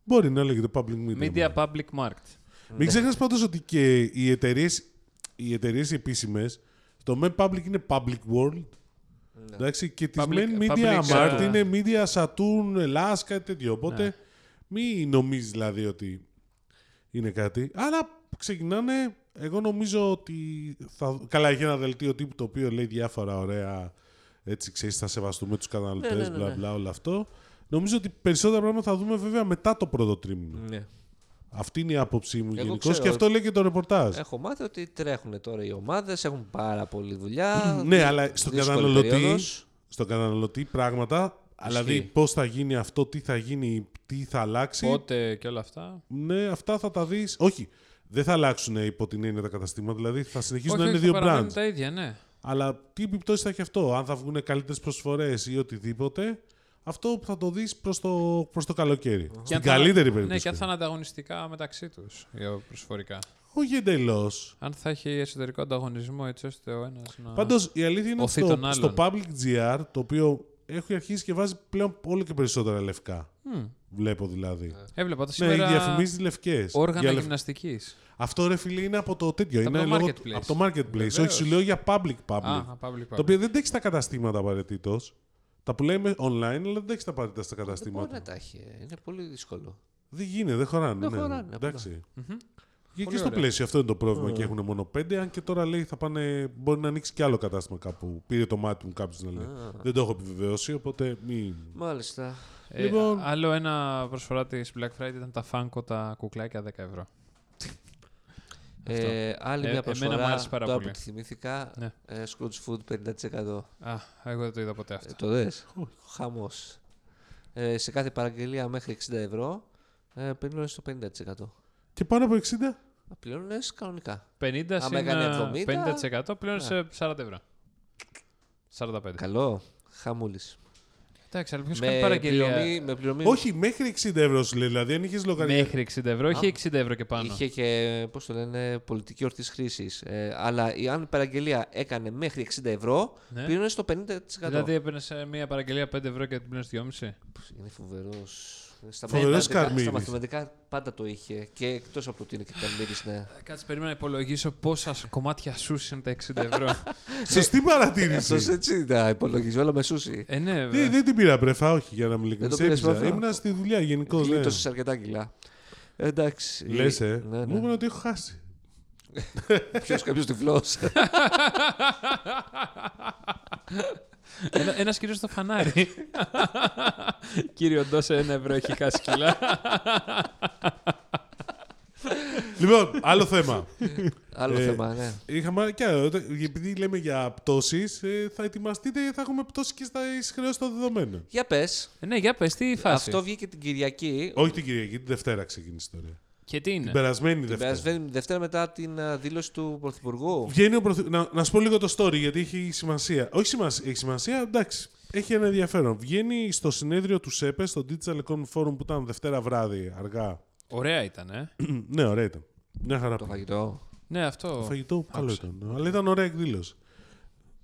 A: Μπορεί να λέγεται Public Media.
C: Media
A: Markt.
C: Public Market.
A: Μην ξεχνάς πάντως ότι και οι εταιρείες οι εταιρείες επίσημες, το Men Public είναι Public World.
B: Ναι.
A: Εντάξει, και της
C: Public-
A: Men Media
C: public,
A: Mart
C: ε,
A: είναι Media Saturn, Ελλάς, κάτι τέτοιο. Οπότε
C: Ναι.
A: μην νομίζεις δηλαδή ότι είναι κάτι. Αλλά ξεκινάνε, εγώ νομίζω ότι. Θα... Καλά, έχει ένα δελτίο τύπου το οποίο λέει διάφορα ωραία. Έτσι, ξέρεις, θα σεβαστούμε τους καταναλωτές,
B: Ναι, ναι, ναι,
A: μπλα
B: ναι.
A: μπλα, όλο αυτό. Νομίζω ότι περισσότερα πράγματα θα δούμε βέβαια μετά το πρώτο τρίμηνο.
B: Ναι.
A: Αυτή είναι η άποψή μου
B: Εγώ
A: γενικώς
B: ξέρω.
A: και αυτό λέει και το ρεπορτάζ.
C: Ε,
B: Έχω μάθει ότι τρέχουν τώρα οι ομάδες, έχουν πάρα πολλή δουλειά.
A: ναι, αλλά στον
B: δύσκολη
A: καταναλωτή,
B: περίοδος.
A: στον καταναλωτή πράγματα, δηλαδή πώς θα γίνει αυτό, τι θα γίνει, τι θα αλλάξει.
C: Πότε και όλα αυτά.
A: Ναι, αυτά θα τα δεις. Όχι, δεν θα αλλάξουν υπό την έννοια τα καταστήματα, δηλαδή θα συνεχίσουν
C: Όχι,
A: να
C: όχι,
A: είναι δύο
C: παραμένουν
A: brands.
C: τα ίδια, ναι.
A: Αλλά τι επιπτώσεις θα έχει αυτό, αν θα βγουν καλύτερες προσφορές ή οτιδήποτε, αυτό που θα το δεις προς το, προς το καλοκαίρι.
C: Και
A: Στην
C: αν θα-
A: καλύτερη
C: Ναι,
A: περίπτωση.
C: και αν θα είναι ανταγωνιστικά μεταξύ τους προσφορικά.
A: Όχι εντελώς.
C: Αν θα έχει εσωτερικό ανταγωνισμό, έτσι ώστε ο ένας να.
A: Πάντως η αλήθεια είναι ότι
C: Οθεί
A: στο,
C: τον
A: στο
C: άλλον.
A: public GR, το οποίο έχει αρχίσει και βάζει πλέον όλο και περισσότερα λευκά. Βλέπω δηλαδή.
C: Έβλεπα το
A: Ναι,
C: Ε. σήμερα.
A: οι διαφημίσεις λευκές.
C: Όργανα γυμναστικής.
A: Αυτό ρε φίλε είναι από το τέτοιο.
C: Από
A: είναι
C: το
A: λόγω-
C: marketplace.
A: από το marketplace. Όχι,
C: Βεβαίως.
A: σου λέω για public public.
C: Α, public
A: το οποίο δεν έχει τα καταστήματα απαραίτητος. Τα που λέμε online, αλλά δεν έχεις τα απαραίτητα στα
B: Δεν μπορεί να
A: καταστήματα.
B: ναι, τα έχει. ε, Είναι πολύ δύσκολο.
A: Δεν γίνεται, δεν χωράνε.
B: Δεν
A: ναι.
B: χωράνε, απλά.
A: Εντάξει. Και, και
C: Πολύ
A: στο
C: ωραία.
A: πλαίσιο αυτό είναι το πρόβλημα και έχουν μόνο πέντε. Αν και τώρα λέει θα πάνε, μπορεί να ανοίξει και άλλο κατάστημα κάπου. Πήρε το μάτι μου κάποιος να λέει. Δεν το έχω επιβεβαιώσει, οπότε μην.
B: Μάλιστα.
C: Ε,
A: Λοιπόν.
C: Άλλο ένα προσφορά της Black Friday ήταν τα Funko τα κουκλάκια 10 ευρώ.
B: Ε, άλλη μια
C: Ε, εμένα
B: προσφορά
C: μου άρεσε πάρα
B: τώρα
C: πολύ.
B: που τη θυμήθηκα.
C: Ναι.
B: Ε, Scrooge Food 50%.
C: Α, εγώ δεν το είδα ποτέ αυτό.
B: Ε, το δες. Χαμός. Ε, σε κάθε παραγγελία μέχρι 60 ευρώ ε, πληρώνεις το 50%.
A: Και πάνω από 60.
B: Να Πληρώνεις κανονικά.
C: 50
B: άμα
C: συν ε,
B: έκανε ναι. 70,
C: α, 50% πλέον σε 40 ευρώ. 45.
B: Καλό. Χαμούλης.
C: Εντάξει, αλλά ποιος κάνει
B: Με
C: παραγγελία.
B: πληρωμή, με πληρωμή
A: Όχι, μέχρι 60 ευρώ σου λέει. Δηλαδή, αν είχες λογαριασμό.
C: Μέχρι 60 ευρώ, είχε 60 ευρώ και πάνω.
B: είχε και πώς το λένε, πολιτική ορθή χρήσης. Ε, αλλά η- αν η παραγγελία έκανε μέχρι 60 ευρώ,
C: Ναι.
B: πληρώνεις το 50%.
C: Δηλαδή έπαιρνες μια παραγγελία 5 ευρώ και την πλήρωνες 2,5.
B: Είναι φοβερός. Ε, Στα
A: Φοβερός
B: μαθηματικά-
A: Καρμίδης.
B: Στα μαθηματικά πάντα το είχε. Και εκτός από το ότι είναι και Καρμίδης, ναι.
C: Ε, Κάτσε, περίμενα να υπολογίσω πόσα σ- κομμάτια σούσι είναι τα 60 ευρώ.
A: Σωστή παρατήρηση.
B: Αυτός έτσι τα υπολογίζει, όλα με σούση.
C: ε, ναι, βέβαια.
A: Δεν, δεν την πήρα πρεφά, όχι για να μην
B: Δεν το
A: ειλικρινή.
B: πήρες
A: Έπιζα.
B: πρέφα.
A: Ήμουνα στη δουλειά γενικώς. Ναι.
B: Γλίτωσε αρκετά κιλά. Εντάξει.
A: Λες, ε.
B: Ναι, ναι.
A: Μου είπαν ότι έχω χάσει.
B: Ποιος κάποιος τυφλός.
C: Ένα ένας κύριος στο φανάρι. κύριο, δώσε ένα ευρώ, έχει κάσκυλα.
A: λοιπόν, άλλο θέμα.
B: Άλλο
A: Ε,
B: θέμα, ναι.
A: Είχαμε, και, άλλο, επειδή λέμε για πτώσεις, θα ετοιμαστείτε, θα έχουμε πτώσεις και στα χρεώσει των δεδομένων.
B: Για πες.
C: ναι, για πες, τι φάση.
B: Αυτό βγήκε την Κυριακή.
A: Όχι την Κυριακή, την Δευτέρα ξεκίνησε η ιστορία.
C: Και τι
A: Την
C: είναι.
A: περασμένη
B: Ναι. Την
A: Δευτέρα.
B: περασμένη Δευτέρα μετά την α, δήλωση του Πρωθυπουργού.
A: Βγαίνει ο πρωθυ- να, να σου πω λίγο το story γιατί έχει σημασία. Όχι σημασία, έχει σημασία, εντάξει. Έχει ένα ενδιαφέρον. Βγαίνει στο συνέδριο του ΣΕΠΕ, στο Digital Economy Forum που ήταν Δευτέρα βράδυ, αργά.
C: Ωραία ήταν, ε.
A: ναι, ωραία ήταν. Μια χαρά.
B: Το
A: πήγε.
B: φαγητό.
C: ναι, αυτό.
A: Το φαγητό καλό
C: Άκουσα.
A: ήταν. ναι. Αλλά ήταν ωραία εκδήλωση.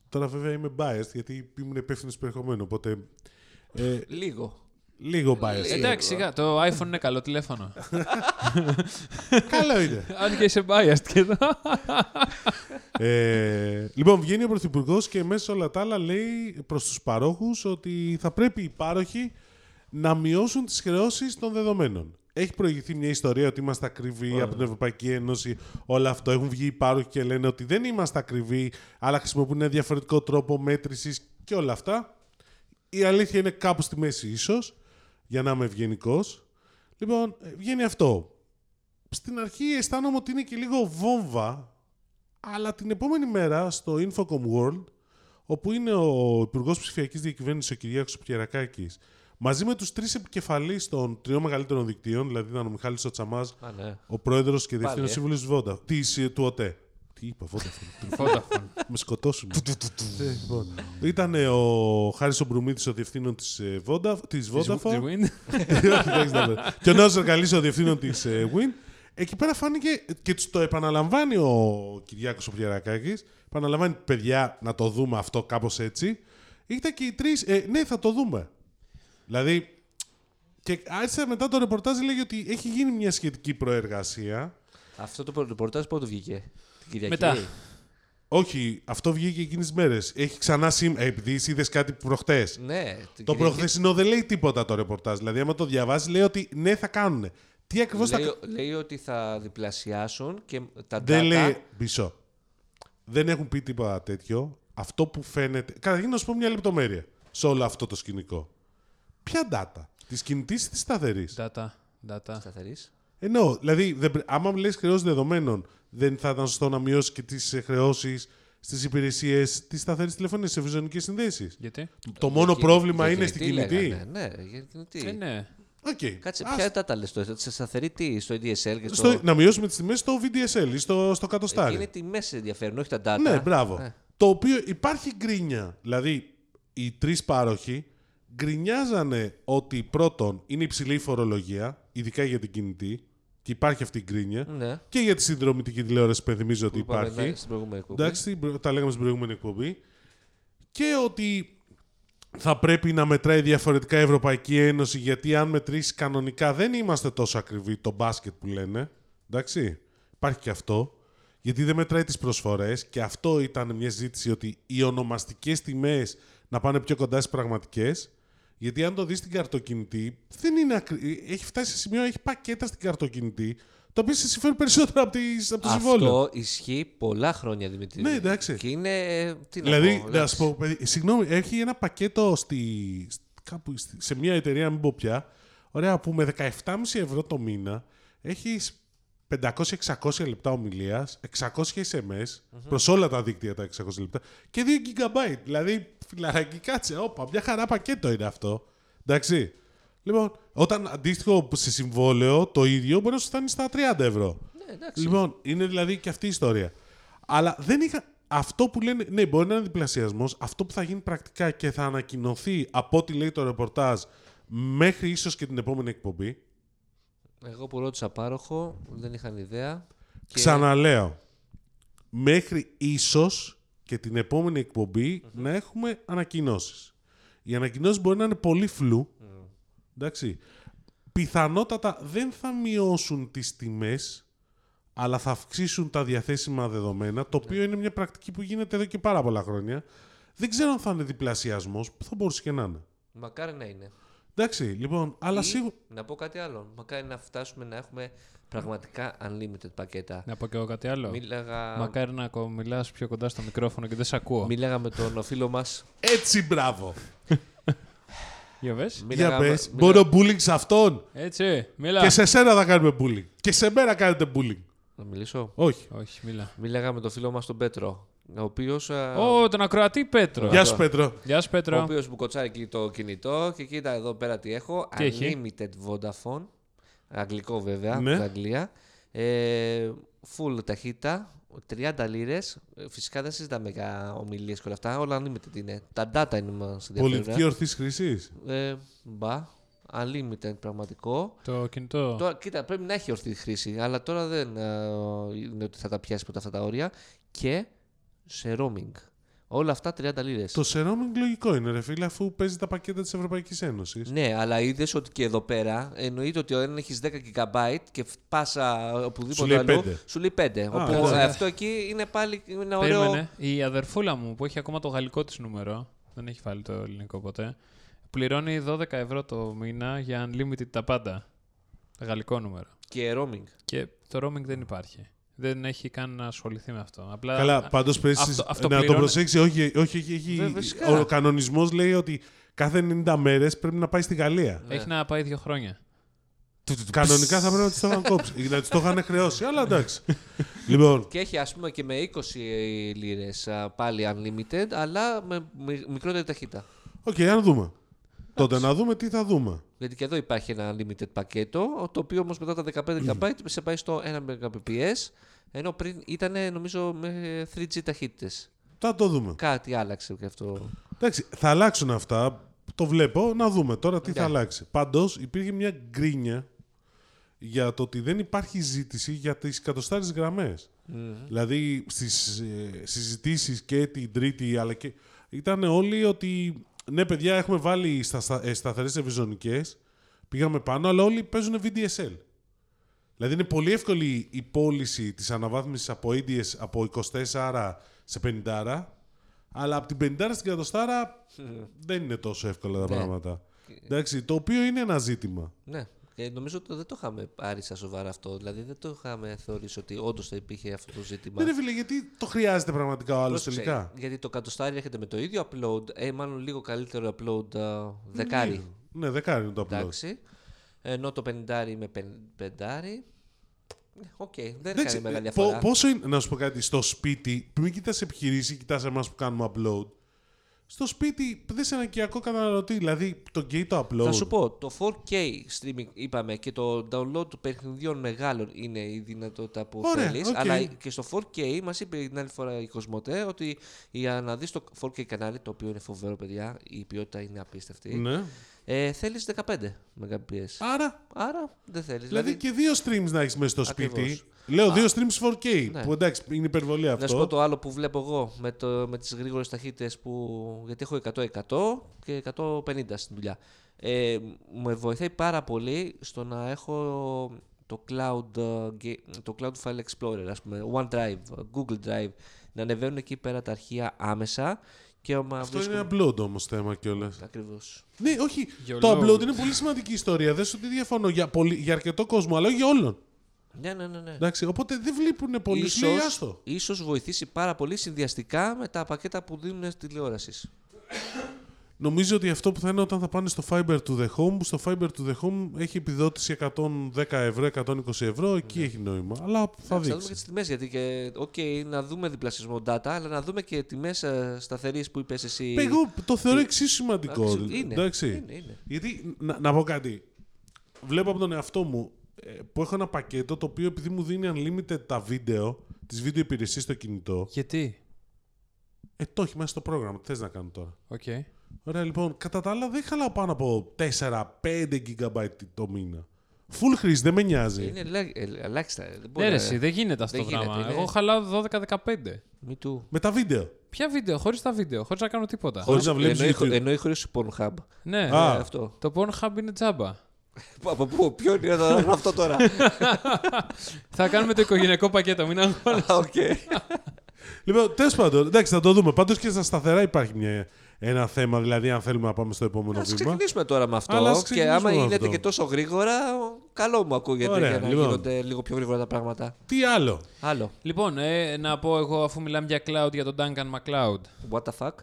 A: Τώρα βέβαια είμαι biased γιατί ήμουν υπεύθυνος περιεχομένου. Οπότε. Ε,
B: Λίγο.
A: λίγο biased.
C: Εντάξει, σιγά, το iPhone είναι καλό τηλέφωνο.
A: Καλό είναι.
C: Αν και είσαι biased και εδώ.
A: Ε, λοιπόν, βγαίνει ο Πρωθυπουργός και μέσα σε όλα τα άλλα λέει προς τους παρόχους ότι θα πρέπει οι πάροχοι να μειώσουν τις χρεώσεις των δεδομένων. Έχει προηγηθεί μια ιστορία ότι είμαστε ακριβοί από την Ευρωπαϊκή Ένωση, όλο αυτό. Έχουν βγει οι πάροχοι και λένε ότι δεν είμαστε ακριβοί, αλλά χρησιμοποιούν ένα διαφορετικό τρόπο μέτρησης και όλα αυτά. Η αλήθεια είναι κάπου στη μέση, ίσως, για να είμαι ευγενικός. Λοιπόν, ε, βγαίνει αυτό. Στην αρχή αισθάνομαι ότι είναι και λίγο βόμβα αλλά την επόμενη μέρα στο Infocom World, όπου είναι ο Υπουργός Ψηφιακής Διακυβέρνησης ο Κυριάκος Πιερακάκης, μαζί με τους τρεις επικεφαλείς των τριών μεγαλύτερων δικτύων, δηλαδή ήταν ο Μιχάλης ο Τσαμάς,
B: Α, ναι.
A: ο πρόεδρος και διευθύνων
B: ε.
A: σύμβουλος της Βόντα. της, ε, του ΟΤΕ. Τι είπα, Vodafone.
C: Vodafone.
A: με σκοτώσουν. Ε, λοιπόν. Ήταν ο Χάρης ο Μπρουμίδης ο διευθύνων της ε, Voda- της
C: Της- της
A: Vodafone.
C: Wind.
A: Ε, όχι, εντάξει, τα λέω. και ο Νέος Εργαλής, ο διευθύνων της ε, Win. Εκεί πέρα φάνηκε και τους το επαναλαμβάνει ο Κυριάκος ο Πιερακάκης. Επαναλαμβάνει, παιδιά, να το δούμε αυτό κάπως έτσι. Ήταν και οι τρεις, «Ε, ναι, θα το δούμε. Δηλαδή, και άρχισε μετά το ρεπορτάζ λέγει ότι έχει γίνει μια σχετική προεργασία.
B: Αυτό το ρεπορτάζ πότε βγήκε. Την Κυριακή.
C: Μετά.
A: Όχι, αυτό βγήκε εκείνες τις μέρες. Έχει ξανά σήμερα, επειδή είδες κάτι προχτές.
B: Ναι. την
A: Το
B: Κυριακή.
A: προχθεσινό δεν λέει τίποτα το ρεπορτάζ. Δηλαδή, άμα το διαβάσει, λέει ότι ναι, θα κάνουν. Τι ακριβώς θα
B: Λέει,
A: κάνουν.
B: λέει ότι θα διπλασιάσουν και τα data.
A: Δεν λέει. Πίσω. Δεν έχουν πει τίποτα τέτοιο. Αυτό που φαίνεται. Καταρχήν, να σου πω μια λεπτομέρεια σε όλο αυτό το σκηνικό. Ποια data. Της κινητής ή της σταθερής.
C: Data, data.
B: Σταθερής.
A: Εννοώ, δηλαδή, δεν, πρέ- άμα μου λε χρεώσεις δεδομένων, δεν θα ήταν σωστό να μειώσεις και ε, τι χρεώσεις στις υπηρεσίες τη σταθερή τηλεφωνία, σε βυζονικέ συνδέσεις.
C: Γιατί.
A: Το μόνο
B: Για κι-
A: πρόβλημα
B: για
A: είναι στην
B: λέγανε,
A: κινητή.
B: Ναι, για κινητή.
C: Ε, ναι.
A: Okay.
B: Κάτσε, ποια τα τα λες τώρα, σε σταθερή τι, στο EDSL και στο...
A: Στο, να μειώσουμε τις τιμές στο VDSL ή στο, στο
B: Εκεί
A: κατοστάρι.
B: είναι τιμές ενδιαφέρουν, όχι τα data.
A: Ναι, μπράβο.
B: Ε,
A: Το οποίο υπάρχει γκρίνια. Δηλαδή, οι τρεις πάροχοι γκρινιάζανε ότι πρώτον είναι υψηλή η φορολογία, ειδικά για την κινητή, και υπάρχει αυτή η γκρίνια.
B: ναι.
A: Και για τη συνδρομητική τηλεόραση που ενθυμίζω ότι
B: Που είπαμε,
A: υπάρχει.
B: ναι, στην προηγούμενη εκπομπή.
A: Εντάξει, μπρο- τα λέγαμε στην προηγούμενη εκπομπή. Και ότι θα πρέπει να μετράει διαφορετικά η Ευρωπαϊκή Ένωση, γιατί αν μετρήσει κανονικά δεν είμαστε τόσο ακριβοί το μπάσκετ που λένε. Εντάξει, υπάρχει και αυτό. Γιατί δεν μετράει τις προσφορές και αυτό ήταν μια ζήτηση ότι οι ονομαστικές τιμές να πάνε πιο κοντά στις πραγματικές. Γιατί αν το δεις στην καρτοκινητή, δεν είναι ακρι... έχει φτάσει σε σημείο, έχει πακέτα στην καρτοκινητή, τα οποία σε συμφέρει περισσότερο από, τις, από το συμβόλαιο.
B: Αυτό ισχύει πολλά χρόνια, Δημητρή.
A: Ναι, εντάξει.
B: Και είναι... ε, Τι να
A: Δηλαδή,
B: πω,
A: να
B: εντάξει.
A: σου πω, παιδί, συγγνώμη, έχει ένα πακέτο στη, κάπου στη- σε μια εταιρεία, μην πω πια, ωραία, που με 17,5 ευρώ το μήνα έχεις 500-600 λεπτά ομιλίας, 600 SMS προς όλα τα δίκτυα τα 600 λεπτά και 2 GB. Δηλαδή, φιλαράκι, κάτσε, όπα, μια χαρά πακέτο είναι αυτό. Εντάξει. Λοιπόν, όταν αντίστοιχο σε συμβόλαιο το ίδιο μπορεί να σου φτάνει στα 30 ευρώ.
B: Ναι, εντάξει.
A: Λοιπόν, είναι δηλαδή και αυτή η ιστορία. Αλλά δεν είχα. Αυτό που λένε. Ναι, μπορεί να είναι διπλασιασμός. Αυτό που θα γίνει πρακτικά και θα ανακοινωθεί από ό,τι λέει το ρεπορτάζ μέχρι ίσως και την επόμενη εκπομπή.
B: Εγώ που ρώτησα πάροχο, δεν είχαν ιδέα. Και...
A: Ξαναλέω. Μέχρι ίσως και την επόμενη εκπομπή να έχουμε ανακοινώσεις. Οι ανακοινώσεις μπορεί να είναι πολύ φλού. Εντάξει. Πιθανότατα δεν θα μειώσουν τις τιμές, αλλά θα αυξήσουν τα διαθέσιμα δεδομένα, το
B: Ναι.
A: οποίο είναι μια πρακτική που γίνεται εδώ και πάρα πολλά χρόνια. Δεν ξέρω αν θα είναι διπλασιασμός, που θα μπορούσε και να είναι.
B: Μακάρι να είναι.
A: Εντάξει, λοιπόν, αλλά
B: Ή,
A: σίγουρα.
B: Να πω κάτι άλλο. Μακάρι να φτάσουμε να έχουμε πραγματικά unlimited πακέτα.
C: Να πω και εγώ κάτι άλλο.
B: Μίλαγα,
C: Μακάρι να ακο- μιλάς πιο κοντά στο μικρόφωνο και δεν σε ακούω.
B: μίλαγα με τον φίλο μας.
A: Έτσι, μπράβο.
C: Για βες.
A: Για πε. Μπορώ bullying σε αυτόν.
C: Έτσι, μίλα.
A: Και σε σένα θα κάνουμε bullying. Και σε μένα κάνετε bullying.
B: Να μιλήσω.
A: Όχι.
C: Όχι, μίλα.
B: Μίλαγα με τον φίλο μας τον Πέτρο. Ο ε, οποίο.
C: Ω, τον ακροατή Πέτρο.
A: Γεια σου, Πέτρο.
C: Γεια σου,
B: Ο
C: Πέτρο.
B: οποίος μου κοτσάει εκεί το κινητό και κοίτα εδώ πέρα τι έχω.
C: Τι έχει?
B: Unlimited Vodafone. Αγγλικό βέβαια,
A: Ναι.
B: ναι. Αγγλία. Ε, full ταχύτητα. 30 λίρες. Φυσικά δεν συζητάμε για ομιλίες και όλα αυτά. Όλα unlimited είναι. Τα data είναι μας
A: Πολιτική ορθής χρήσης.
B: Ε, μπα. Unlimited πραγματικό.
C: Το κινητό.
B: Τώρα, κοίτα, πρέπει να έχει ορθή χρήση, αλλά τώρα δεν ε, είναι ότι θα τα πιάσει ποτέ αυτά τα όρια. Και σε roaming. Όλα αυτά 30 λίρες.
A: Το σερόμινγκ λογικό είναι, ρε φίλε, αφού παίζει τα πακέτα της Ευρωπαϊκής Ένωσης.
B: Ναι, αλλά είδες ότι και εδώ πέρα εννοείται ότι αν έχεις 10 GB και φ- πάσα
A: Σου
B: οπουδήποτε
A: λέει
B: αλλού,
A: πέντε.
B: σου λέει 5. Οπότε
A: εντάξει.
B: αυτό εκεί είναι πάλι ένα ωραίο.
C: Περίμενε. Η αδερφούλα μου που έχει ακόμα το γαλλικό της νούμερο, δεν έχει βάλει το ελληνικό ποτέ, πληρώνει 12 ευρώ το μήνα για unlimited τα πάντα. Γαλλικό νούμερο.
B: Και roaming.
C: Και το roaming δεν υπάρχει. Δεν έχει καν να ασχοληθεί με αυτό. Απλά
A: Καλά, πάντως πρέπει
C: αυτό-
A: στις-
C: αυτό
A: να το
C: πληρώνε.
A: προσέξει. Όχι, όχι, όχι, έχει-
B: Βέβαια, φυσικά.
A: ο κανονισμός λέει ότι κάθε 90 μέρες πρέπει να πάει στη Γαλλία.
C: έχει
B: Ναι.
C: να πάει δύο χρόνια.
A: Κανονικά θα πρέπει να Ε, τους το είχαν κόψει. Ε, Να τους το είχαν χρεώσει, αλλά εντάξει. λοιπόν,
B: Και έχει ας πούμε και με 20 λίρε πάλι unlimited, αλλά με μι- μικρότερη ταχύτητα.
A: οκ, να δούμε. Τότε να δούμε τι θα δούμε.
B: Γιατί και εδώ υπάρχει ένα unlimited πακέτο, το οποίο όμως μετά τα 15 GB σε πάει στο 1 Mbps, ενώ πριν ήταν νομίζω με 3G ταχύτητες.
A: Θα το δούμε.
B: Κάτι άλλαξε και αυτό.
A: Εντάξει, θα αλλάξουν αυτά. Το βλέπω, να δούμε τώρα τι θα
B: Ναι.
A: αλλάξει. Πάντως υπήρχε μια γκρίνια για το ότι δεν υπάρχει ζήτηση για τις κατοστάρε γραμμέ. Δηλαδή στις συζητήσεις και την Τρίτη, αλλά και. ήταν όλοι ότι ναι, παιδιά, έχουμε βάλει στα, στα, ε, σταθερές ευρυζωνικέ, πήγαμε πάνω, αλλά όλοι παίζουν VDSL. Δηλαδή είναι πολύ εύκολη η πώληση της αναβάθμισης από, ADS, από 24 σε 50, αλλά από την 50 στην κατοστάρα δεν είναι τόσο εύκολα τα
B: Ναι.
A: πράγματα. Εντάξει, το οποίο είναι ένα ζήτημα.
B: Ναι. Ε, νομίζω ότι δεν το είχαμε πάρει στα σοβαρά αυτό. Δηλαδή δεν το είχαμε θεωρήσει ότι όντως θα υπήρχε αυτό το ζήτημα.
A: Δεν είναι φίλε, γιατί το χρειάζεται πραγματικά ο άλλος
B: Πρόσεξε,
A: τελικά.
B: Γιατί το κατοστάρι έρχεται με το ίδιο upload, ε, μάλλον λίγο καλύτερο upload α, δεκάρι.
A: Ναι, δεκάρι είναι το upload.
B: Εντάξει. Ενώ το πεντάρι με πεν- πεντάρι. Ε, Οκ, δεν
A: Εντάξει, ε,
B: έκανε μεγάλη
A: πο-
B: διαφορά.
A: πόσο είναι, να σου πω κάτι, στο σπίτι, μην κοιτάς επιχειρήσεις, κοιτάς εμάς που κάνουμε upload. Στο σπίτι δεν σε ένα οικιακό καταναλωτή, δηλαδή το gate το upload.
B: Θα σου πω, το 4K streaming είπαμε και το download του παιχνιδιών μεγάλων είναι η δυνατότητα που
A: Ωραία,
B: θέλεις.
A: οκ.
B: Αλλά και στο 4K μας είπε την άλλη φορά η Κοσμοτέ ότι για να δεις το 4K κανάλι, το οποίο είναι φοβερό παιδιά, η ποιότητα είναι απίστευτη,
A: Ναι.
B: ε, θέλεις 15 Mbps.
A: Άρα,
B: Άρα δεν θέλεις.
A: δηλαδή,
B: Δηλαδή,
A: και δύο streams να έχεις μέσα στο
B: Ακριβώς.
A: σπίτι. Λέω δύο streams 4K,
B: ναι.
A: που εντάξει είναι υπερβολή αυτό.
B: να σου πω το άλλο που βλέπω εγώ με, το, με τις γρήγορες ταχύτητες που... Γιατί έχω 100-100 και 150 στην δουλειά. Ε, με βοηθάει πάρα πολύ στο να έχω το cloud, ε, γκε- το cloud File Explorer, ας πούμε, OneDrive, Google Drive, να ανεβαίνουν εκεί πέρα τα αρχεία άμεσα και μα
A: Αυτό είναι upload όμως θέμα κιόλας.
B: Ακριβώς.
A: Ναι, όχι.
C: Για
A: το
C: λόγους.
A: upload είναι πολύ σημαντική ιστορία. Δεν σου τη διαφωνώ για, πολύ, για αρκετό κόσμο, αλλά όχι για όλων.
B: Ναι, ναι, ναι. ναι.
A: Εντάξει, οπότε δεν βλέπουν πολύ. Σου λέει άστο.
B: ίσως βοηθήσει πάρα πολύ συνδυαστικά με τα πακέτα που δίνουν τηλεόρασης.
A: Νομίζω ότι αυτό που θα είναι όταν θα πάνε στο Fiber to the Home, που στο Fiber to the Home έχει επιδότηση 110 ευρώ, 120 ευρώ, εκεί έχει νόημα. Αλλά θα
B: Ναι. Θα δούμε και
A: δείξει.
B: τις τιμές. Γιατί και, okay, να δούμε διπλασιασμό data, αλλά να δούμε και τιμές σταθερής που είπες εσύ.
A: Εγώ το θεωρώ εξίσου σημαντικό.
B: Αξι- είναι,
A: ε, εντάξει.
B: είναι, είναι.
A: Γιατί να, να πω κάτι. Βλέπω από τον εαυτό μου ε, που έχω ένα πακέτο το οποίο επειδή μου δίνει unlimited τα βίντεο, τις βίντεο υπηρεσίες στο κινητό,
C: Γιατί.
A: ε, το έχει μέσα στο πρόγραμμα. Τι θες να κάνω τώρα.
C: Οκ.
A: Ωραία, λοιπόν, κατά τα άλλα δεν χαλάω πάνω από 4-5 GB το μήνα. Full χρήση, δεν με νοιάζει.
B: Είναι ελα- ελα- ελάχιστα. ε, Δεν μπορεί
C: Ναι, ρε,
B: να-
C: εσύ, δεν γίνεται αυτό το
B: Δεν γίνεται,
C: πράγμα.
B: είναι-
C: Εγώ χαλάω 12-15.
B: Μη του.
A: Με τα βίντεο.
C: Ποια βίντεο, χωρίς τα βίντεο, χωρίς να κάνω τίποτα.
A: Χωρίς να βλέπεις
B: Εννοεί χω-
A: YouTube.
B: Εννοεί χωρίς Pornhub.
C: Ναι,
A: Α.
B: Ε, αυτό.
C: το Pornhub είναι τζάμπα.
B: Από πού, ποιο είναι το- αυτό τώρα.
C: Θα κάνουμε το οικογενειακό πακέτο, μην αγχώνεσαι.
B: Α, Οκ.
A: Λοιπόν, τέλος πάντων, εντάξει, θα το δούμε. Πάντως και στα σταθερά υπάρχει μια, ένα θέμα, δηλαδή αν θέλουμε να πάμε στο επόμενο
B: Ας
A: βήμα.
B: ξεκινήσουμε τώρα με αυτό.
A: Αλλά ας
B: και
A: ξεκινήσουμε
B: άμα
A: με
B: γίνεται
A: αυτό.
B: και τόσο γρήγορα, καλό μου ακούγεται
A: Ωραία,
B: για να
A: λοιπόν.
B: γίνονται λίγο πιο γρήγορα τα πράγματα.
A: Τι άλλο.
B: Άλλο.
C: Λοιπόν, ε, να πω εγώ αφού μιλάμε για cloud για τον Duncan MacLeod.
B: What the fuck.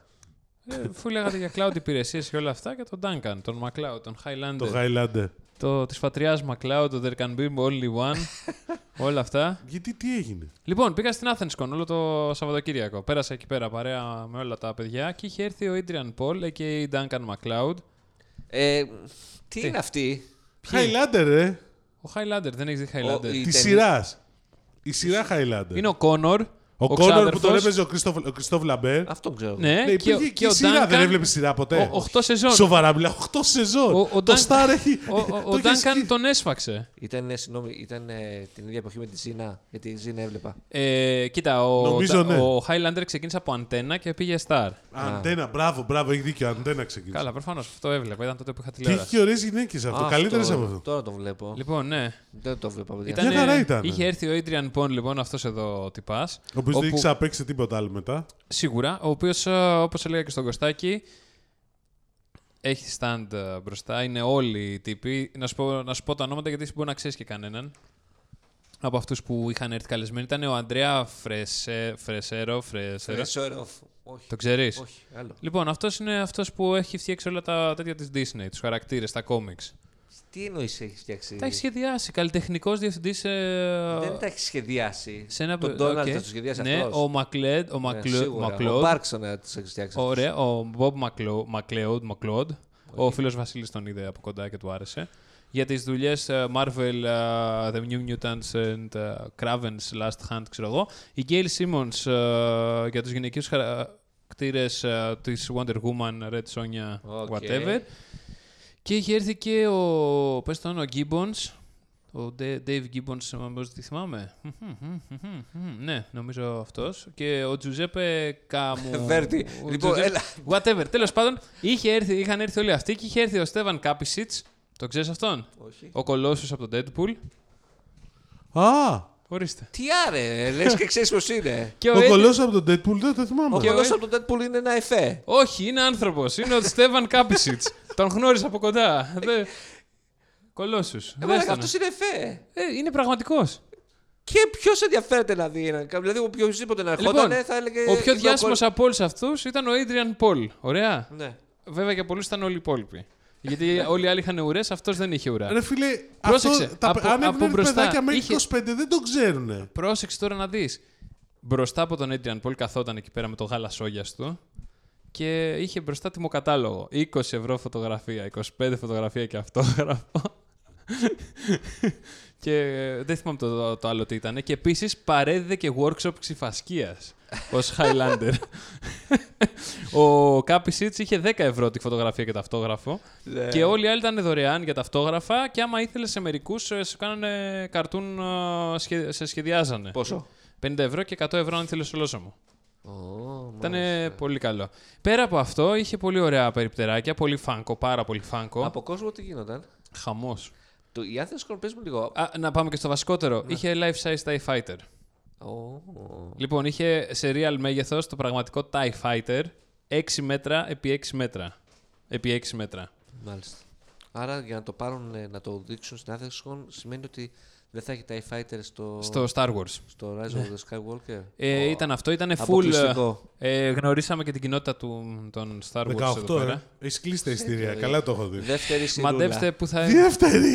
C: Ε, αφού λέγατε για cloud υπηρεσίες και όλα αυτά και τον Duncan, τον MacLeod, τον Highlander.
A: Το
B: Ναι.
A: Highlander.
C: το, της φατριάς MacLeod, το There Can Be Only One, όλα αυτά.
A: Γιατί τι έγινε.
C: Λοιπόν, πήγα στην Athenscon όλο το Σαββατοκύριακο. Πέρασα εκεί πέρα παρέα με όλα τα παιδιά και είχε έρθει ο Adrian Paul, a.k.a. Duncan MacLeod.
B: Ε, τι, είναι αυτή.
A: Highlander, ε! ρε.
C: Ο Highlander, δεν έχεις δει Highlander.
A: Τη
B: η- ταινία.
A: σειράς. Η σειρά Highlander.
C: Είναι ο Κόνορ.
A: ο Κόνορ που
C: ξάδερφος.
A: τον έπαιζε ο Κριστόφ- ο Κριστόφ Λαμπέρ.
B: Αυτόν ξέρω.
C: Ναι,
A: Ναι,
C: και, ο-
A: υπήρχε
C: και
A: και
C: ο
A: η σειρά, δεν
C: Duncan-
A: έβλεπε σειρά ποτέ.
C: Ο- οχτώ σεζόν.
A: Σοβαρά μιλάω, 8 σεζόν.
C: Ο- ο
A: το
C: Duncan-
A: Star έχει.
C: Ο, ο, ο
A: το έχει
C: Duncan
A: σκίσει.
C: τον έσφαξε.
B: Ήταν, ε, συγγνώμη, ήταν ε, την ίδια εποχή με τη Ζήνα. Γιατί η Ζήνα έβλεπα.
C: Ε, κοίτα, ο,
A: Νομίζω, ναι.
C: ο Highlander ξεκίνησε από αντένα και πήγε Star.
A: Αντένα, μπράβο, μπράβο, έχει δίκιο. Αντένα ξεκίνησε.
C: Καλά, προφανώς αυτό έβλεπα. Ήταν τότε που είχα
A: Και είχε
C: τηλεόραση.
A: και ωραίες γυναίκες αυτό. Καλύτερε από αυτό.
B: Τώρα τον βλέπω.
C: Λοιπόν, ναι.
B: Δεν το βλέπω. παιδιά.
A: Μια χαρά ήταν.
C: Είχε έρθει ο Adrian Pond, λοιπόν, αυτός εδώ ο τυπάς.
A: Ο οποίο δεν έχει ξαπέξει τίποτα άλλο μετά.
C: Σίγουρα, ο οποίος, όπως έλεγα και στον Κωστάκη, έχει stand ε, μπροστά. Είναι όλοι οι τύποι. Να σου πω, να σου πω τα ονόματα γιατί μπορεί να ξέρεις και κανέναν. Από αυτούς που είχαν έρθει καλεσμένοι ήταν ο Αντρέα Φρεσέ, Φρεσέρο. Φρεσέρο.
B: Σόροφ. Ε, Όχι.
C: Το ξέρεις.
B: Όχι. Άλλο.
C: Λοιπόν, αυτός είναι αυτός που έχει φτιάξει όλα τα τέτοια της Disney, τους χαρακτήρες, τα κόμιξ.
B: Τι εννοείς έχεις φτιάξει.
C: Τα έχεις σχεδιάσει. Καλλιτεχνικός διευθυντής. Ε...
B: Ε. Δεν τα έχεις σχεδιάσει.
C: σε ένα
B: Τον
C: πε-
B: Ντόναλτ
C: οκ.
B: θα το σχεδιάσει
C: Ναι,
B: αυτός.
C: ο Μακλέντ, ο Μακλε-
B: Ο
C: Μακλόντ.
B: Πάρξον θα τους έχεις φτιάξει.
C: Ωραία, ο Μπομπ Μακλεόντ, Μακλόντ. Ο φίλος Βασίλης τον είδε από κοντά και του άρεσε. Για τις δουλειές Marvel, ε, The New Mutants and ε, Kraven's Last Hunt, ξέρω εγώ. Η Gail Simmons ε, για τους γυναικείους χαρακτήρε τη ε, Wonder Woman, Red Sonja,
B: Οκ.
C: whatever. Και είχε έρθει και ο, πες τον, ο Gibbons, ο Ντε- Dave Gibbons, μήπως τη θυμάμαι. ναι, νομίζω αυτός. Και ο Τζουζέπε Καμου...
B: Βέρτι.
C: ο
B: Λοιπόν,
C: Τζουζέπε-
B: έλα.
C: Whatever. Τέλος πάντων, είχε έρθει, είχαν έρθει όλοι αυτοί και είχε έρθει ο Στέβαν Κάπισιτς. Το ξέρεις αυτόν?
B: Όχι.
C: Ο Κολόσος από τον Deadpool.
A: Α!
C: Ορίστε.
B: Τι άρε, λες και ξέρεις πώ είναι.
C: Και ο
A: Ο
C: Ed-
A: κολό από τον Deadpool δεν το
B: Ο
A: θυμάμαι.
C: ο
B: κολό
C: Ed-
B: από τον Deadpool είναι ένα εφέ. Ε,
C: Όχι, είναι άνθρωπος. Είναι ο Στέβαν Κάπισιτς. Τον γνώρισα από κοντά. Δε... Κολόσους. Δες τον.
B: Αυτός είναι εφέ.
C: Ε, είναι πραγματικός.
B: Και ποιος ενδιαφέρεται να δει έναν. Δηλαδή, οποιοδήποτε να ερχόταν θα έλεγε.
C: Λοιπόν, ο πιο
B: «Είδα
C: διάσημος
B: κολ-
C: από όλους αυτούς ήταν ο Adrian Paul. Ωραία.
B: Ναι.
C: Βέβαια για πολλούς ήταν όλοι οι υπόλοιποι. Γιατί όλοι οι άλλοι είχαν ουρές, αυτός δεν είχε ουρά.
A: Ρε φίλε,
C: Πρόσεξε,
A: αυτό, τα,
C: από-
A: αν
C: από
A: έβλεπε
C: μπροστά
A: παιδάκια μέχρι
C: είχε-
A: 25 δεν το ξέρουνε.
C: Πρόσεξε τώρα να δεις. Μπροστά από τον Adrian Paul καθόταν εκεί πέρα με το γάλα σόγιας του και είχε μπροστά τιμοκατάλογο. 20 ευρώ φωτογραφία, 25 φωτογραφία και αυτόγραφο. και ε, δεν θυμάμαι το, το άλλο τι ήταν. Και επίσης παρέδιδε και workshop ξυφασκίας ως Highlander. Ο Κάπισιτ είχε 10 ευρώ τη φωτογραφία και ταυτόγραφο.
B: Ναι.
C: Και όλοι οι άλλοι ήταν δωρεάν για ταυτόγραφα. Και άμα ήθελε σε μερικούς, σου κάνανε καρτούν, ε, σχε- σε σχεδιάζανε.
B: Πόσο.
C: 50 ευρώ και 100 ευρώ αν ήθελες ολόσωμο.
B: Ω,
C: Ήταν
B: μάλιστα.
C: πολύ καλό. Πέρα από αυτό, είχε πολύ ωραία περιπτεράκια. Πολύ φάνκο, πάρα πολύ φάνκο.
B: Από κόσμο τι γίνονταν.
C: Χαμός.
B: Το, οι άνθρωποι σκορπίζουν λίγο.
C: Να πάμε και στο βασικότερο.
B: Ναι.
C: Είχε life size TIE Fighter.
B: Ω,
C: Λοιπόν, είχε σε real μέγεθος το πραγματικό TIE Fighter 6 μέτρα επί 6 μέτρα. Επί 6 μέτρα.
B: Μάλιστα. Άρα για να το πάρουν, ε, να το δείξουν στην Athenscon σημαίνει ότι δεν θα έχει τα Fighters στο,
C: Στο Star Wars.
B: στο Rise of the Skywalker.
C: Ε, Ήταν αυτό, ήταν full.
B: Αποκλειστικό.
C: Ε, γνωρίσαμε και την κοινότητα του, των Star Wars εδώ
A: 18,
C: πέρα.
A: ε. Έχεις κλείσει τα εισιτήρια. Καλά το έχω δει.
B: Δεύτερη σειρά.
C: Μαντέψτε που θα.
A: Δεύτερη!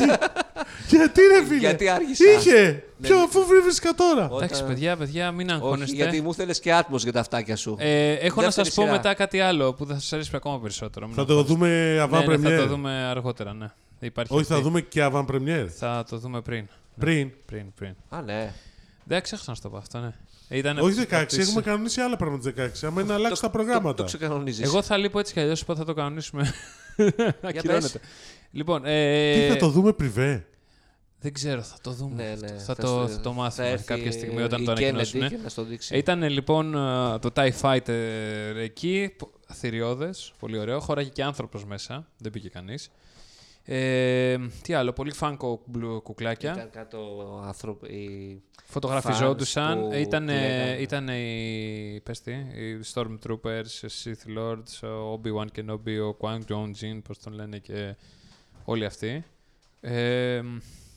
A: Γιατί ρε φίλε!
B: Γιατί άργησα.
A: Είχε!
C: Ναι,
A: Ποιο αφού βρίσκα τώρα!
C: Εντάξει, παιδιά, παιδιά, μην
B: Όχι,
C: αγχώνεστε.
B: γιατί μου θέλει και άτμος για τα αυτάκια σου.
C: Ε, έχω να
B: Δεύτερη
C: σας πω
B: σειρά.
C: μετά κάτι άλλο που θα σας αρέσει ακόμα περισσότερο. Μην
A: Θα το
C: αγχώνεστε.
A: δούμε avant
C: ναι, ναι, θα το
A: premiere.
C: δούμε Ναι. αργότερα, ναι. Υπάρχει
A: Όχι, θα
C: αυτή.
A: δούμε και avant premiere.
C: Θα το δούμε πριν.
A: Πριν.
C: Πριν, πριν.
B: Α, ναι.
C: Δεν ξέχασα να σου το πω αυτό, ναι. Ήτανε
A: Όχι
C: από
A: 16,
C: τις-
A: έχουμε κανονίσει άλλα πράγματα 16. Άμα είναι να αλλάξει τα
B: Το
A: προγράμματα.
B: ξεκανονίζεις.
C: Εγώ θα λείπω έτσι κι αλλιώς, είπα θα το κανονίσουμε. Ακυρώνεται. Λοιπόν, ε,
A: Τι θα το δούμε πριβέ.
C: δεν ξέρω, θα το δούμε.
B: Ναι,
C: αυτό.
B: ναι.
C: θα, το, θα το μάθουμε
B: έρθει
C: κάποια στιγμή όταν
B: η
C: το
B: Kennedy
C: ανακοινώσουν.
B: και να στο δείξει.
C: Ήταν λοιπόν ε, το TIE Fighter εκεί, θηριώδες, πολύ ωραίο. Χωράγει και άνθρωπος μέσα, δεν πήγε κανείς. Ε, τι άλλο, πολύ φάνκο κουκλάκια.
B: Ήταν κάτω άνθρωποι.
C: Φωτογραφιζόντουσαν.
B: fans που
C: Ήταν,
B: λέγανε.
C: ήταν οι, πες τι, οι Stormtroopers, οι Sith Lords, ο Obi-Wan Kenobi, ο Quang Jong-Jin, πώς τον λένε και όλοι αυτοί. Ε,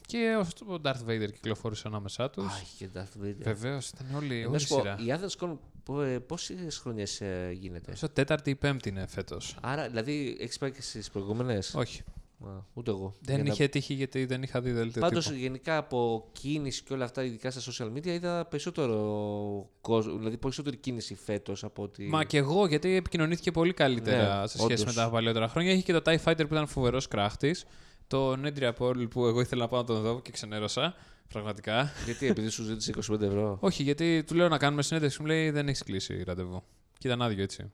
C: και ο, ο Darth Vader κυκλοφόρησε ανάμεσά τους.
B: Αχ, και τα βίντεο.
C: Βεβαίως, ήταν όλοι,
B: Ε, Να
C: όλη η
B: σου πω,
C: Ε, σειρά.
B: η Άδρας Κόρν πόσες χρονιές ε, γίνεται.
C: Νομίζω τέταρτη ή πέμπτη είναι φέτος.
B: Άρα, δηλαδή, έχεις πάει και στις προηγούμενες.
C: Όχι.
B: Ούτε εγώ.
C: Δεν
B: Για να-
C: είχε τύχει γιατί δεν είχα δει δελτίο
B: Πάντω,
C: τύπου.
B: γενικά από κίνηση και όλα αυτά, ειδικά στα social media, είδα περισσότερο κόσμο, δηλαδή περισσότερη κίνηση φέτος από ότι.
C: Μα και εγώ, γιατί επικοινωνήθηκε πολύ καλύτερα
B: Ναι,
C: σε σχέση
B: όντως.
C: με τα παλιότερα χρόνια. Είχε και το TIE Fighter που ήταν φοβερός κράχτης. Το Nedria Paul που εγώ ήθελα να πάω να τον δω και ξενέρωσα. Πραγματικά.
B: Γιατί, επειδή σου ζήτησε 25 ευρώ.
C: Όχι, γιατί του λέω να κάνουμε συνέντευξη. Μου λέει δεν έχεις κλείσει ραντεβού. Και ήταν άδειο έτσι.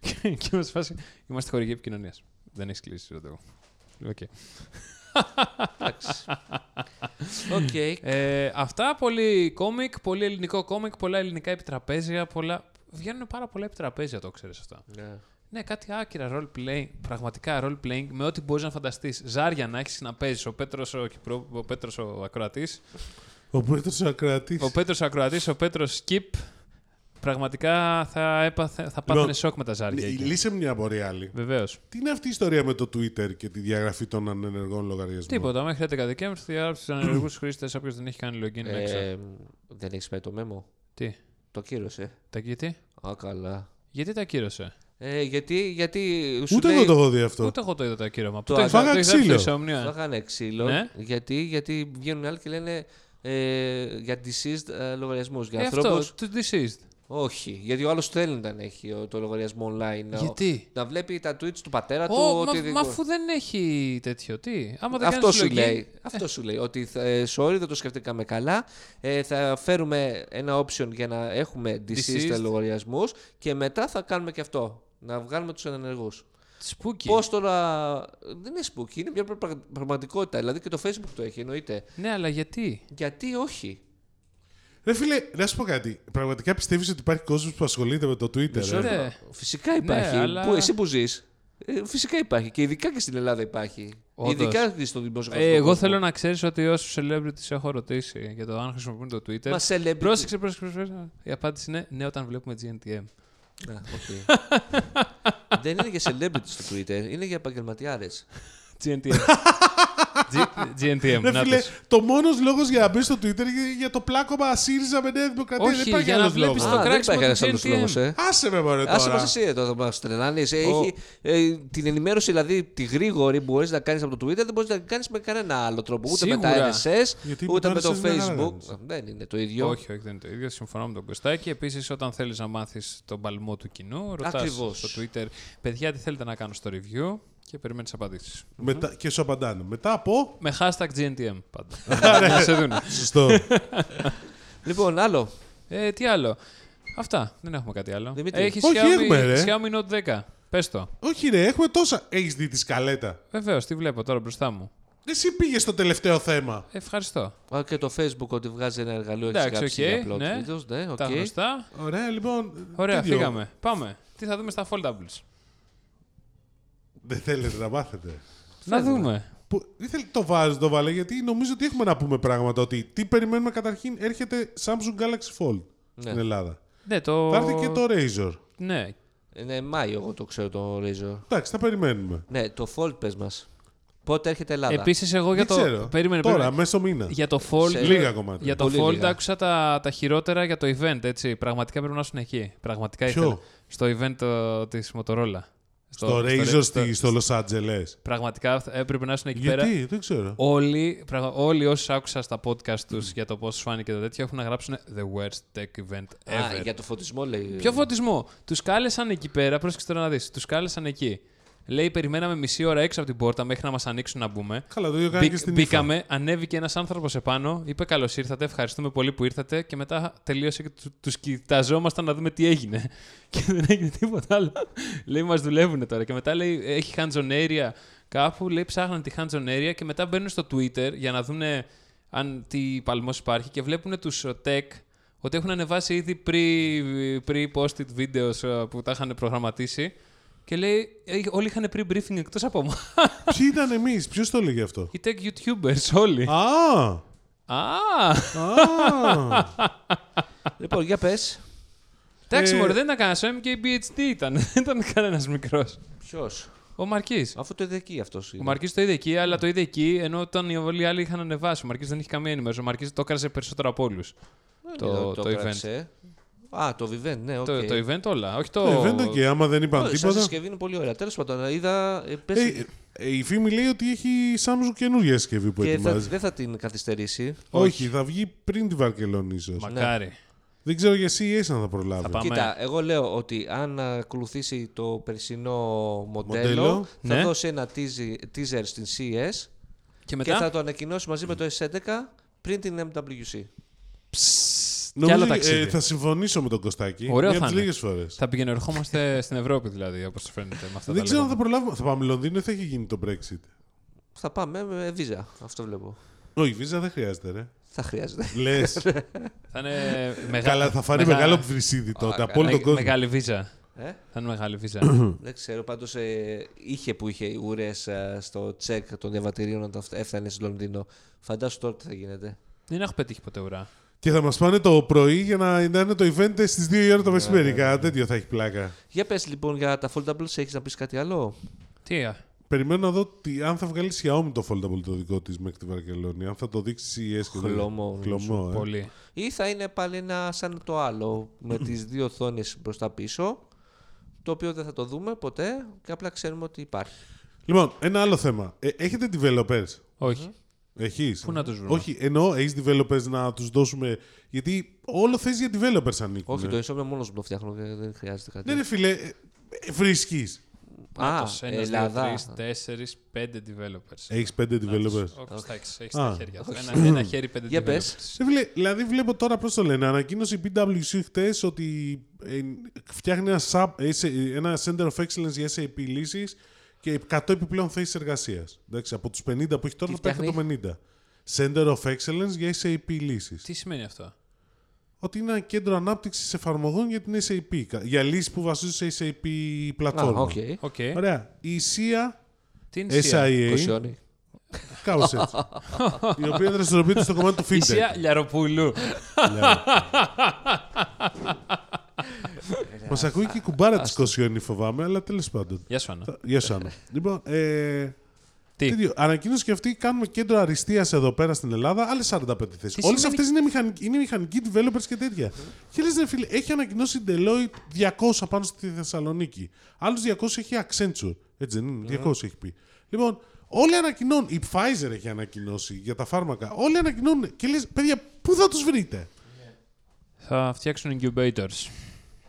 C: και και μας φάση. Είμαστε χορηγοί επικοινωνίας. Δεν έχεις κλείσει ραντεβού. Λέω, «Οκ».
B: Εντάξει. Οκ.
C: Ε, αυτά, πολύ κόμικ, πολύ ελληνικό κόμικ, πολλά ελληνικά επιτραπέζια. Πολλά... Βγαίνουν πάρα πολλά επιτραπέζια, το ξέρεις αυτά.
B: Ναι.
C: Ναι, κάτι άκυρα role playing, πραγματικά role playing με ό,τι μπορείς να φανταστείς. Ζάρια να έχεις να παίζεις. Ο Πέτρος ο, Κυπρό, ο, Πέτρος ο ακροατής.
A: Ο Πέτρος Ακράτης.
C: Ο Πέτρος ο ακροατής, ο Πέτρος Skip. Πραγματικά θα, έπαθε, θα πάθαινε σοκ με τα ζάρια.
A: Ναι, Λύσε μια απορία άλλη.
C: Βεβαίως.
A: Τι είναι αυτή η ιστορία με το Twitter και τη διαγραφή των ανενεργών λογαριασμών.
C: Τίποτα. Μέχρι 11 Δεκέμβρη θα διαγράψει τους ανεργού χρήστες όποιος δεν έχει κάνει login. να ξέρει.
B: Ε, δεν έχεις πάει το μέμο.
C: Τι,
B: Το κύρωσε.
C: τα γιατί,
B: Α, καλά.
C: γιατί τα ακύρωσε.
B: Ε, γιατί, γιατί σου
A: Ούτε
B: λέει,
A: εγώ το έχω δει αυτό.
C: Ούτε εγώ το είδα το ακύρωμα.
B: Το
C: Πού έχεις-
A: φάγα
C: έχεις γράψει
A: ξύλο.
C: στο Insomnia?
B: φάγανε ξύλο.
C: Ναι.
B: Γιατί, γιατί βγαίνουν άλλοι και λένε ε, για deceased ε, λογαριασμούς. Για
C: Ε,
B: ανθρώπου.
C: Αυτό, του deceased.
B: Όχι. Γιατί ο άλλος θέλει να τον έχει ο- το λογαριασμό online. να-
C: Γιατί?
B: Να βλέπει τα tweets του πατέρα Ε, του.
C: Ω, μα,
B: ότι
C: μα αφού δεν έχει τέτοιο, τι. Άμα δεν
B: αυτό
C: κάνεις
B: σου
C: login, Ε.
B: λέει. Αυτό σου λέει. Ότι θα- ε, sorry, δεν το σκεφτήκαμε καλά. Ε, θα φέρουμε ένα option για να έχουμε deceased
C: Deceased.
B: λογαριασμούς και μετά θα κάνουμε και αυτό. Να βγάλουμε τους ανενεργού.
C: Spooky.
B: Πώς τώρα. Δεν είναι spooky, είναι μια πραγ- πραγματικότητα. Δηλαδή και το Facebook το έχει, εννοείται.
C: Ναι, αλλά γιατί.
B: Γιατί όχι.
A: Ρε φίλε, να σου πω κάτι. Πραγματικά πιστεύεις ότι υπάρχει κόσμος που ασχολείται με το Twitter.
B: Μισό
A: ε?
C: Ναι.
B: λεπτό. Φυσικά υπάρχει.
C: αλλά-
B: Που, εσύ που ζεις. φυσικά υπάρχει. Και ειδικά και στην Ελλάδα υπάρχει.
C: Όντως.
B: Ειδικά και στο δημοσιογραφικό.
C: Ε, εγώ θέλω να ξέρεις ότι όσου celebrities έχω ρωτήσει για το αν χρησιμοποιούν το Twitter.
B: Μα celebrity.
C: Πρόσεξε, πρόσεξε, πρόσεξε. Η απάντηση είναι ναι, όταν βλέπουμε GNTM.
B: Α, οκ. Δεν είναι για celebrity στο Twitter, είναι για επαγγελματιάδε.
C: GNTM. G- GNTM.
A: Ρε
C: να
A: φίλε,
C: τους.
A: το μόνος λόγος για να μπει στο Twitter είναι για το πλάκωμα ΣΥΡΙΖΑ με Νέα Δημοκρατία.
C: Όχι,
A: δεν υπάρχει
C: για να
A: άλλος
C: βλέπεις
A: λόγος.
C: το κράξιμο
B: υπάρχει ένας
C: του
B: άλλος
C: GNTM.
B: λόγος, ε.
A: Άσε με μωρέ
B: Άσε μας
A: τώρα.
B: εσύ εδώ, θα μας τρελάνεις. Ε, Έχει, ε, την ενημέρωση, δηλαδή τη γρήγορη που μπορείς να κάνεις από το Twitter, δεν μπορείς να την κάνεις με κανένα άλλο τρόπο. Ούτε
C: Σίγουρα.
B: με τα RSS,
A: Γιατί
B: ούτε
A: με
B: με
A: τα
B: το
A: RSS δεν
B: Facebook.
A: κάνεις.
B: Ε, Δεν είναι το ίδιο.
C: Όχι, όχι, δεν είναι το ίδιο. Συμφωνώ με τον Κωστάκη. Επίσης, όταν θέλεις να μάθεις τον παλμό του κοινού, ρωτάς
B: Ακριβώς.
C: στο Twitter, παιδιά, τι θέλετε να κάνω στο review και περιμένεις απαντήσεις.
A: Μετά, και σου απαντάνε. Μετά από.
C: Με hashtag GNTM πάντα. να σε δουν.
A: Σωστό.
B: Λοιπόν, άλλο.
C: Ε, τι άλλο. Αυτά. Δεν έχουμε κάτι άλλο.
B: Δημήτρη.
C: Έχεις
A: Όχι,
C: Xiaomi,
A: έχουμε, ρε.
C: Xiaomi Note 10. Πες το.
A: Όχι, ρε, έχουμε τόσα. Έχεις δει τη σκαλέτα.
C: Βεβαίως, τι βλέπω τώρα μπροστά μου.
A: Εσύ πήγες στο τελευταίο θέμα.
C: Ευχαριστώ.
B: Α, Και το Facebook ότι βγάζει ένα εργαλείο έχεις
C: Εντάξει,
B: γράψει
C: οκ,
B: για upload
C: ναι.
B: videos. Ναι, οκ.
C: Τα γνωστά.
A: Ωραία, λοιπόν.
C: Ωραία,
A: τι δυο-
C: φύγαμε. Πάμε. Τι θα δούμε στα foldables.
A: Δεν θέλετε να μάθετε.
C: Να δούμε.
A: Που, δεν θέλει το βάζω, το βάλε, γιατί νομίζω ότι έχουμε να πούμε πράγματα. Ότι τι περιμένουμε καταρχήν έρχεται Samsung Galaxy Fold στην Ελλάδα.
C: Ναι, το...
A: Θα έρθει και το Razor.
C: Ναι.
B: Ε, Ναι, Μάιο εγώ το ξέρω το Razor.
A: Εντάξει, θα περιμένουμε.
B: Ναι, το Fold πες μας. Πότε έρχεται Ελλάδα.
C: Επίσης, εγώ για
A: Δεν
C: το.
A: ξέρω.
C: Περίμενε,
A: Τώρα,
C: περίμενε.
A: μέσα μήνας.
C: Για το fold.
B: Σε-
A: Λίγα κομμάτια.
C: Για το
B: Πολύ
C: fold
B: λίγα.
C: άκουσα τα, τα χειρότερα για το event, έτσι. Πραγματικά πρέπει να ήσουν εκεί. Πραγματικά
A: Ποιο?
C: ήθελα. Στο event της Motorola.
A: Στο Razor στη- στο Los Angeles.
C: Πραγματικά έπρεπε να ήσουν εκεί πέρα.
A: Γιατί, δεν ξέρω.
C: Όλοι, πραγμα- όλοι όσοι άκουσα στα podcast τους για το πώς φάνηκε το τέτοιο έχουν να γράψουν The worst tech event
B: Α, ε.
C: ever.
B: για το φωτισμό λέει.
C: Ποιο φωτισμό! Τους κάλεσαν εκεί πέρα, πρόσεξε τώρα να δεις. Τους κάλεσαν εκεί. Λέει, περιμέναμε μισή ώρα έξω από την πόρτα μέχρι να μας ανοίξουν να μπούμε.
A: Καλά, το ίδιο κάνει και
C: Μπή-
A: στην
C: μπήκαμε, ανέβηκε ένας άνθρωπος επάνω, είπε καλώς ήρθατε, ευχαριστούμε πολύ που ήρθατε και μετά τελείωσε και του κοιταζόμασταν να δούμε τι έγινε. και δεν έγινε τίποτα άλλο. λέει, μας δουλεύουν τώρα. Και μετά λέει, έχει hands on area κάπου, λέει, ψάχναν τη hands on area και μετά μπαίνουν στο Twitter για να δουν αν τι παλμός υπάρχει και βλέπουν τους tech ότι έχουν ανεβάσει ήδη pre- pre-posted videos ε, που τα είχαν προγραμματίσει Και λέει, «Ε, όλοι είχαν pre-briefing εκτός από εμά.
A: Ποιοι ήταν εμείς, ποιος το έλεγε αυτό.
C: Οι tech YouTubers όλοι.
A: Α!
C: Α!
A: Α!
B: λοιπόν, για πες.
C: Εντάξει,
A: Ε,
C: μωρέ, δεν ήταν κανένας. Ο MKBHD ήταν. Δεν ήταν κανένας μικρός.
B: Ποιος.
C: Ο Μαρκής.
B: Αφού το είδε εκεί αυτός.
C: Ο Μαρκής το είδε εκεί, αλλά το είδε εκεί ενώ όταν οι όλοι οι άλλοι είχαν ανεβάσει. Ο Μαρκής δεν είχε καμία ενημέρωση. Ο Μαρκής το κράτησε περισσότερο από όλους.
A: Ε,
C: Το, το, event.
B: κράτησε. Α, το event, ναι, οκ.
C: Το, το event όλα. Όχι το.
A: Το event ε, και άμα δεν είπαν
B: Ω, Σαν
A: τίποτα.
B: συσκευή είναι πολύ ωραία. Τέλος πάντων, είδα. ε, πες-
A: Ε, ε, η φήμη λέει ότι έχει η Samsung καινούργια συσκευή που
B: και θα-
A: ετοιμάζει.
B: δεν θα την καθυστερήσει.
A: Όχι, θα βγει πριν τη Βαρκελόνη ίσως. Ναι.
C: Μακάρι.
A: Δεν ξέρω για CES αν θα προλάβει.
C: πάμε.
B: Κοίτα, εγώ λέω ότι αν ακολουθήσει το περσινό μοντέλο,
A: Μοντέλο,
B: θα
C: ναι.
B: δώσει ένα teaser, teaser στην CES
C: Και
B: και θα
C: μετά.
B: το ανακοινώσει μαζί με το S11 πριν την MWC.
C: Και άλλο
A: ε,
C: ταξίδι.
A: θα συμφωνήσω με τον Κωστάκη.
C: Ωραίο
A: μια
C: θα
A: από τις
C: είναι.
A: λίγες φορές.
C: Θα πηγαίνουμε, ερχόμαστε στην Ευρώπη δηλαδή, όπως φαίνεται. Με αυτά
A: Δεν
C: τα
A: ξέρω αν θα
C: λεγόμενα.
A: προλάβουμε. Θα πάμε Λονδίνο ή θα έχει γίνει το Brexit.
B: Θα πάμε με Visa, αυτό βλέπω.
A: Όχι, βίζα δεν χρειάζεται, ρε.
B: Θα χρειάζεται.
A: Λες.
C: Θα είναι μεγάλη.
A: Καλά, θα φανεί
C: μεγα-
A: μεγάλο βρυσίδι τότε από όλο
C: με-
A: τον κόσμο.
C: Μεγάλη βίζα.
B: Ε?
C: Θα είναι μεγάλη βίζα.
B: Δεν ξέρω, πάντως είχε που είχε ουρές στο τσεκ των διαβατηρίων όταν φτα- έφτανε στο Λονδίνο. Φαντάσου τώρα τι θα γίνεται.
C: Δεν έχω πετύχει ποτέ ουρά.
A: Και θα μας πάνε το πρωί για να, να είναι το event στις 2 η ώρα το μεσημέρι. Κάτι τέτοιο θα έχει πλάκα.
B: Για πες λοιπόν για τα foldables, έχεις να πεις κάτι άλλο.
C: Τι. α?
A: Περιμένω να δω τι, αν θα βγάλει Xiaomi το foldable το δικό της μέχρι τη Βαρκελόνη. Αν θα το δείξει CES και τέτοια.
B: Χλωμό,
A: Χλωμό, ε.
C: Πολύ.
B: Ή θα είναι πάλι ένα σαν το άλλο, με τις δύο οθόνες μπροστά πίσω, το οποίο δεν θα το δούμε ποτέ και απλά ξέρουμε ότι υπάρχει.
A: Λοιπόν, ένα άλλο θέμα. Ε, έχετε developers.
C: Όχι.
A: Έχεις.
C: Πού να τους βρούμε?
A: Όχι, εννοώ έχεις developers να τους δώσουμε. Γιατί όλο θες για developers ανήκουν.
B: Όχι, το ισόμιο μόνος μου το φτιάχνω, δεν δεν χρειάζεται κάτι.
A: Ναι, ρε φίλε, ε, ε, βρίσκεις.
B: Α,
C: Νάτος, ένας, δύο,
B: Ελλάδα.
C: τρεις, τέσσερις, πέντε developers.
A: Έχεις πέντε developers.
C: Ο Κωστάκης, έχεις
A: Ε, Α.
C: τα χέρια του. Ένα, ένα χέρι πέντε
B: Για πες.
C: developers.
A: Ρε φίλε, δηλαδή βλέπω τώρα πώς το λένε. Ανακοίνωσε η PWC χτες ότι ε, φτιάχνει ένα, sub- ε, ένα Center of Excellence για SAP λύσεις και 100 επιπλέον θέσεις εργασίας. Από τους 50 που έχει τώρα
B: Τι
A: να πάει
B: φτιάχνει?
A: 150. Center of Excellence για SAP λύσεις.
C: Τι σημαίνει αυτό.
A: Ότι είναι ένα κέντρο ανάπτυξης εφαρμογών για την SAP. κα- Για λύσεις που βασίζονται σε SAP
B: Α,
A: πλατφόρμα.
B: οκ.
C: Οκ.
A: Ωραία. Η SIA
C: Τι είναι η SIA.
A: SIA.
B: Κοσιώνει.
A: Κάπω έτσι. η οποία δραστηριοποιείται στο κομμάτι του
C: Η
A: feedback.
C: SIA Λιαροπούλου.
A: Μα ακούει και η κουμπάρα της Κοσιόνη, φοβάμαι, αλλά τέλος πάντων.
C: Γεια σου, Άννα.
A: Γεια σου, Άννα. λοιπόν, ε,
C: Τι.
A: τέτοιο. Ανακοίνωσε και αυτή κάνουμε κέντρο αριστείας εδώ πέρα στην Ελλάδα, άλλες 45 θέσει. Όλες
C: σημαίνει-
A: αυτές είναι, μηχανικοί, είναι μηχανικοί developers και τέτοια. και λες, φίλε, έχει ανακοινώσει η Deloitte 200 πάνω στη Θεσσαλονίκη. Άλλους 200 έχει Accenture. Έτσι δεν είναι, 200 έχει πει. Λοιπόν, όλοι ανακοινώνουν. Η Pfizer έχει ανακοινώσει για τα φάρμακα. Όλοι ανακοινώνουν. Και λες, παιδιά, πού θα τους βρείτε.
C: Θα φτιάξουν incubators.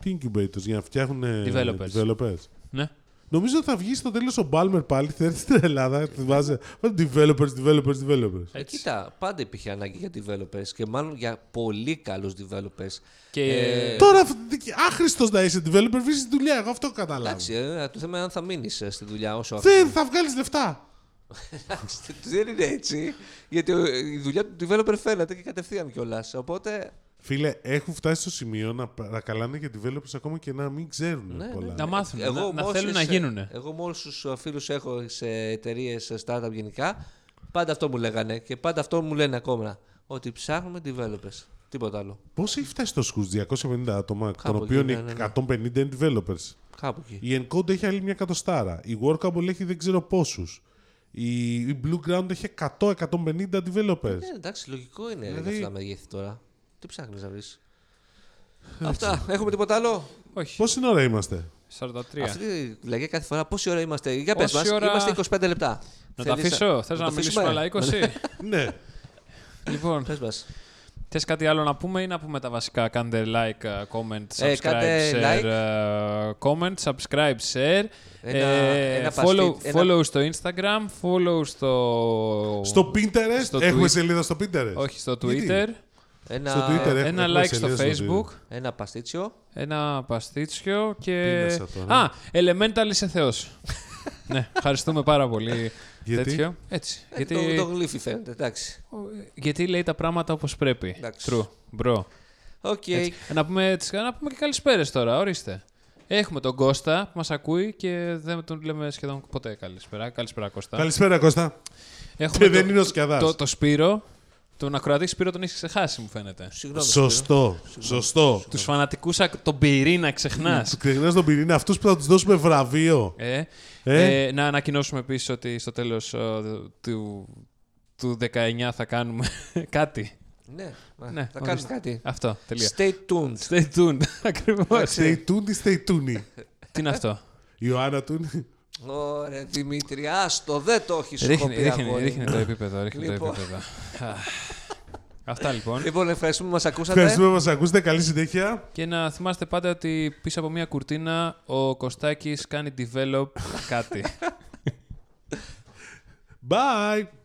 A: Τι incubators για να φτιάχνουν ε,
C: Developers.
A: developers.
C: Ναι.
A: Νομίζω ότι θα βγει στο τέλος ο Μπάλμερ πάλι, θα έρθει στην Ελλάδα, θα βάζει developers, developers, developers.
B: Ε, Κοίτα, πάντα υπήρχε ανάγκη για developers και μάλλον για πολύ καλούς developers.
C: Και
B: Ε,
A: Τώρα, άχρηστος να είσαι developer, βρει δουλειά. Εγώ αυτό καταλάβω.
B: Εντάξει, ε, το θέμα είναι αν θα μείνεις στη δουλειά όσο αυτό.
A: Δεν θα βγάλεις λεφτά.
B: Δεν είναι έτσι. Γιατί ο- η δουλειά του developer φαίνεται και κατευθείαν κιόλας. Οπότε.
A: Φίλε, έχουν φτάσει στο σημείο να παρακαλάνε για developers ακόμα και να μην ξέρουν
B: Ναι,
A: πολλά.
C: να μάθουν, να, να
B: με
C: θέλουν να
B: όσες-
C: γίνουνε.
B: Εγώ με όλου του φίλους έχω σε εταιρείες, σε startup γενικά, πάντα αυτό μου λέγανε και πάντα αυτό μου λένε ακόμα. Ότι ψάχνουμε developers. Τίποτα άλλο.
A: Πώς έχει φτάσει το σκους 250 άτομα, των
B: εκεί,
A: οποίων
B: ναι,
A: οι
B: ναι,
A: 150
B: ναι.
A: είναι developers.
B: Κάπου εκεί.
A: Η Encode έχει άλλη μια κατοστάρα. Η Workable έχει δεν ξέρω πόσους. Η, η Blue Ground έχει 100-150 developers.
B: Ναι, εντάξει, λογικό είναι
A: Δηλαδή-
B: δηλαδή... αυτά τα μεγέθη τώρα. Τι ψάχνεις να βρει. Αυτά. Έχουμε τίποτα άλλο.
C: Όχι.
A: Πόση ώρα είμαστε.
C: 43.
B: Αυτή τη λέγε κάθε φορά πόση ώρα είμαστε. Για πες μα,
C: Όση ώρα-
B: είμαστε 25 λεπτά.
C: Να τα αφήσω. Θες να μιλήσουμε άλλα 20.
A: ναι.
C: Λοιπόν,
B: Πες μας.
C: θες κάτι άλλο να πούμε ή να πούμε τα βασικά. Κάντε like, uh, comment, subscribe,
B: Ε, κάντε
C: share.
B: like.
C: ε, Comment, subscribe, share.
B: Ένα-
C: ε,
B: ένα
C: follow,
B: παστίτσ- ένα-
C: follow στο Instagram, follow στο...
A: Στο Pinterest.
C: στο
A: έχουμε
C: Twitter.
A: σελίδα στο Pinterest.
C: Όχι, στο Twitter.
A: Γιατί?
B: Ένα,
A: Στο Twitter ε. έχουμε-
C: Ένα
A: έχουμε
C: like στο
A: σελίδα
C: Facebook.
B: ένα παστίτσιο.
C: Ένα παστίτσιο και.
A: Πίνασα τώρα.
C: Α, Elemental είσαι Θεός. ναι, ευχαριστούμε πάρα πολύ.
A: Γιατί?
C: Τέτοιο. Έτσι.
B: Ε,
C: γιατί,
B: Το, το γλύφι φαίνεται, εντάξει.
C: γιατί λέει τα πράγματα όπως πρέπει.
B: Εντάξει.
C: True. Bro.
B: Οκ.
C: Ε, Έτσι. Να πούμε, να πούμε και καλησπέρες τώρα, ορίστε. Έχουμε τον Κώστα που μας ακούει και δεν τον λέμε σχεδόν ποτέ καλησπέρα. Καλησπέρα, Κώστα.
A: Καλησπέρα, Κώστα.
C: Έχουμε
A: δεν είναι ο Σκιαδάς.
C: Το, το Σπύρο. Τον ακροατή Σπύρο τον έχεις ξεχάσει, μου φαίνεται.
B: Συγγνώμη.
A: Σωστό. Σωστό.
C: Τους φανατικούς, τον πυρήνα ξεχνάς.
A: Του ξεκινά τον πυρήνα αυτούς που θα τους δώσουμε βραβείο.
C: Ε,
A: Ε.
C: ε, να ανακοινώσουμε επίσης ότι στο τέλος του, του 19 θα κάνουμε κάτι.
B: Ναι,
C: Ναι,
B: ναι, θα κάνουμε
C: ορίστε.
B: κάτι.
C: Αυτό. Τελεία.
B: Stay tuned.
C: Stay tuned. Ακριβώς.
A: Stay tuned ή stay tuned.
C: Τι είναι αυτό.
A: Ιωάννα Τούνη.
B: Ωραία, Δημήτρη, άστο, δεν το έχεις
C: Ρίχνει,
B: σκοπεί
C: ρίχνει,
B: αγόρι.
C: ρίχνει το επίπεδο. Ρίχνει το
B: Λοιπόν.
C: επίπεδο. Αχ. Αυτά λοιπόν.
B: Λοιπόν, ευχαριστούμε που μας ακούσατε.
A: Ευχαριστούμε που μας ακούσατε. Καλή συνέχεια.
C: Και να θυμάστε πάντα ότι πίσω από μια κουρτίνα ο Κωστάκης κάνει develop κάτι.
A: Bye.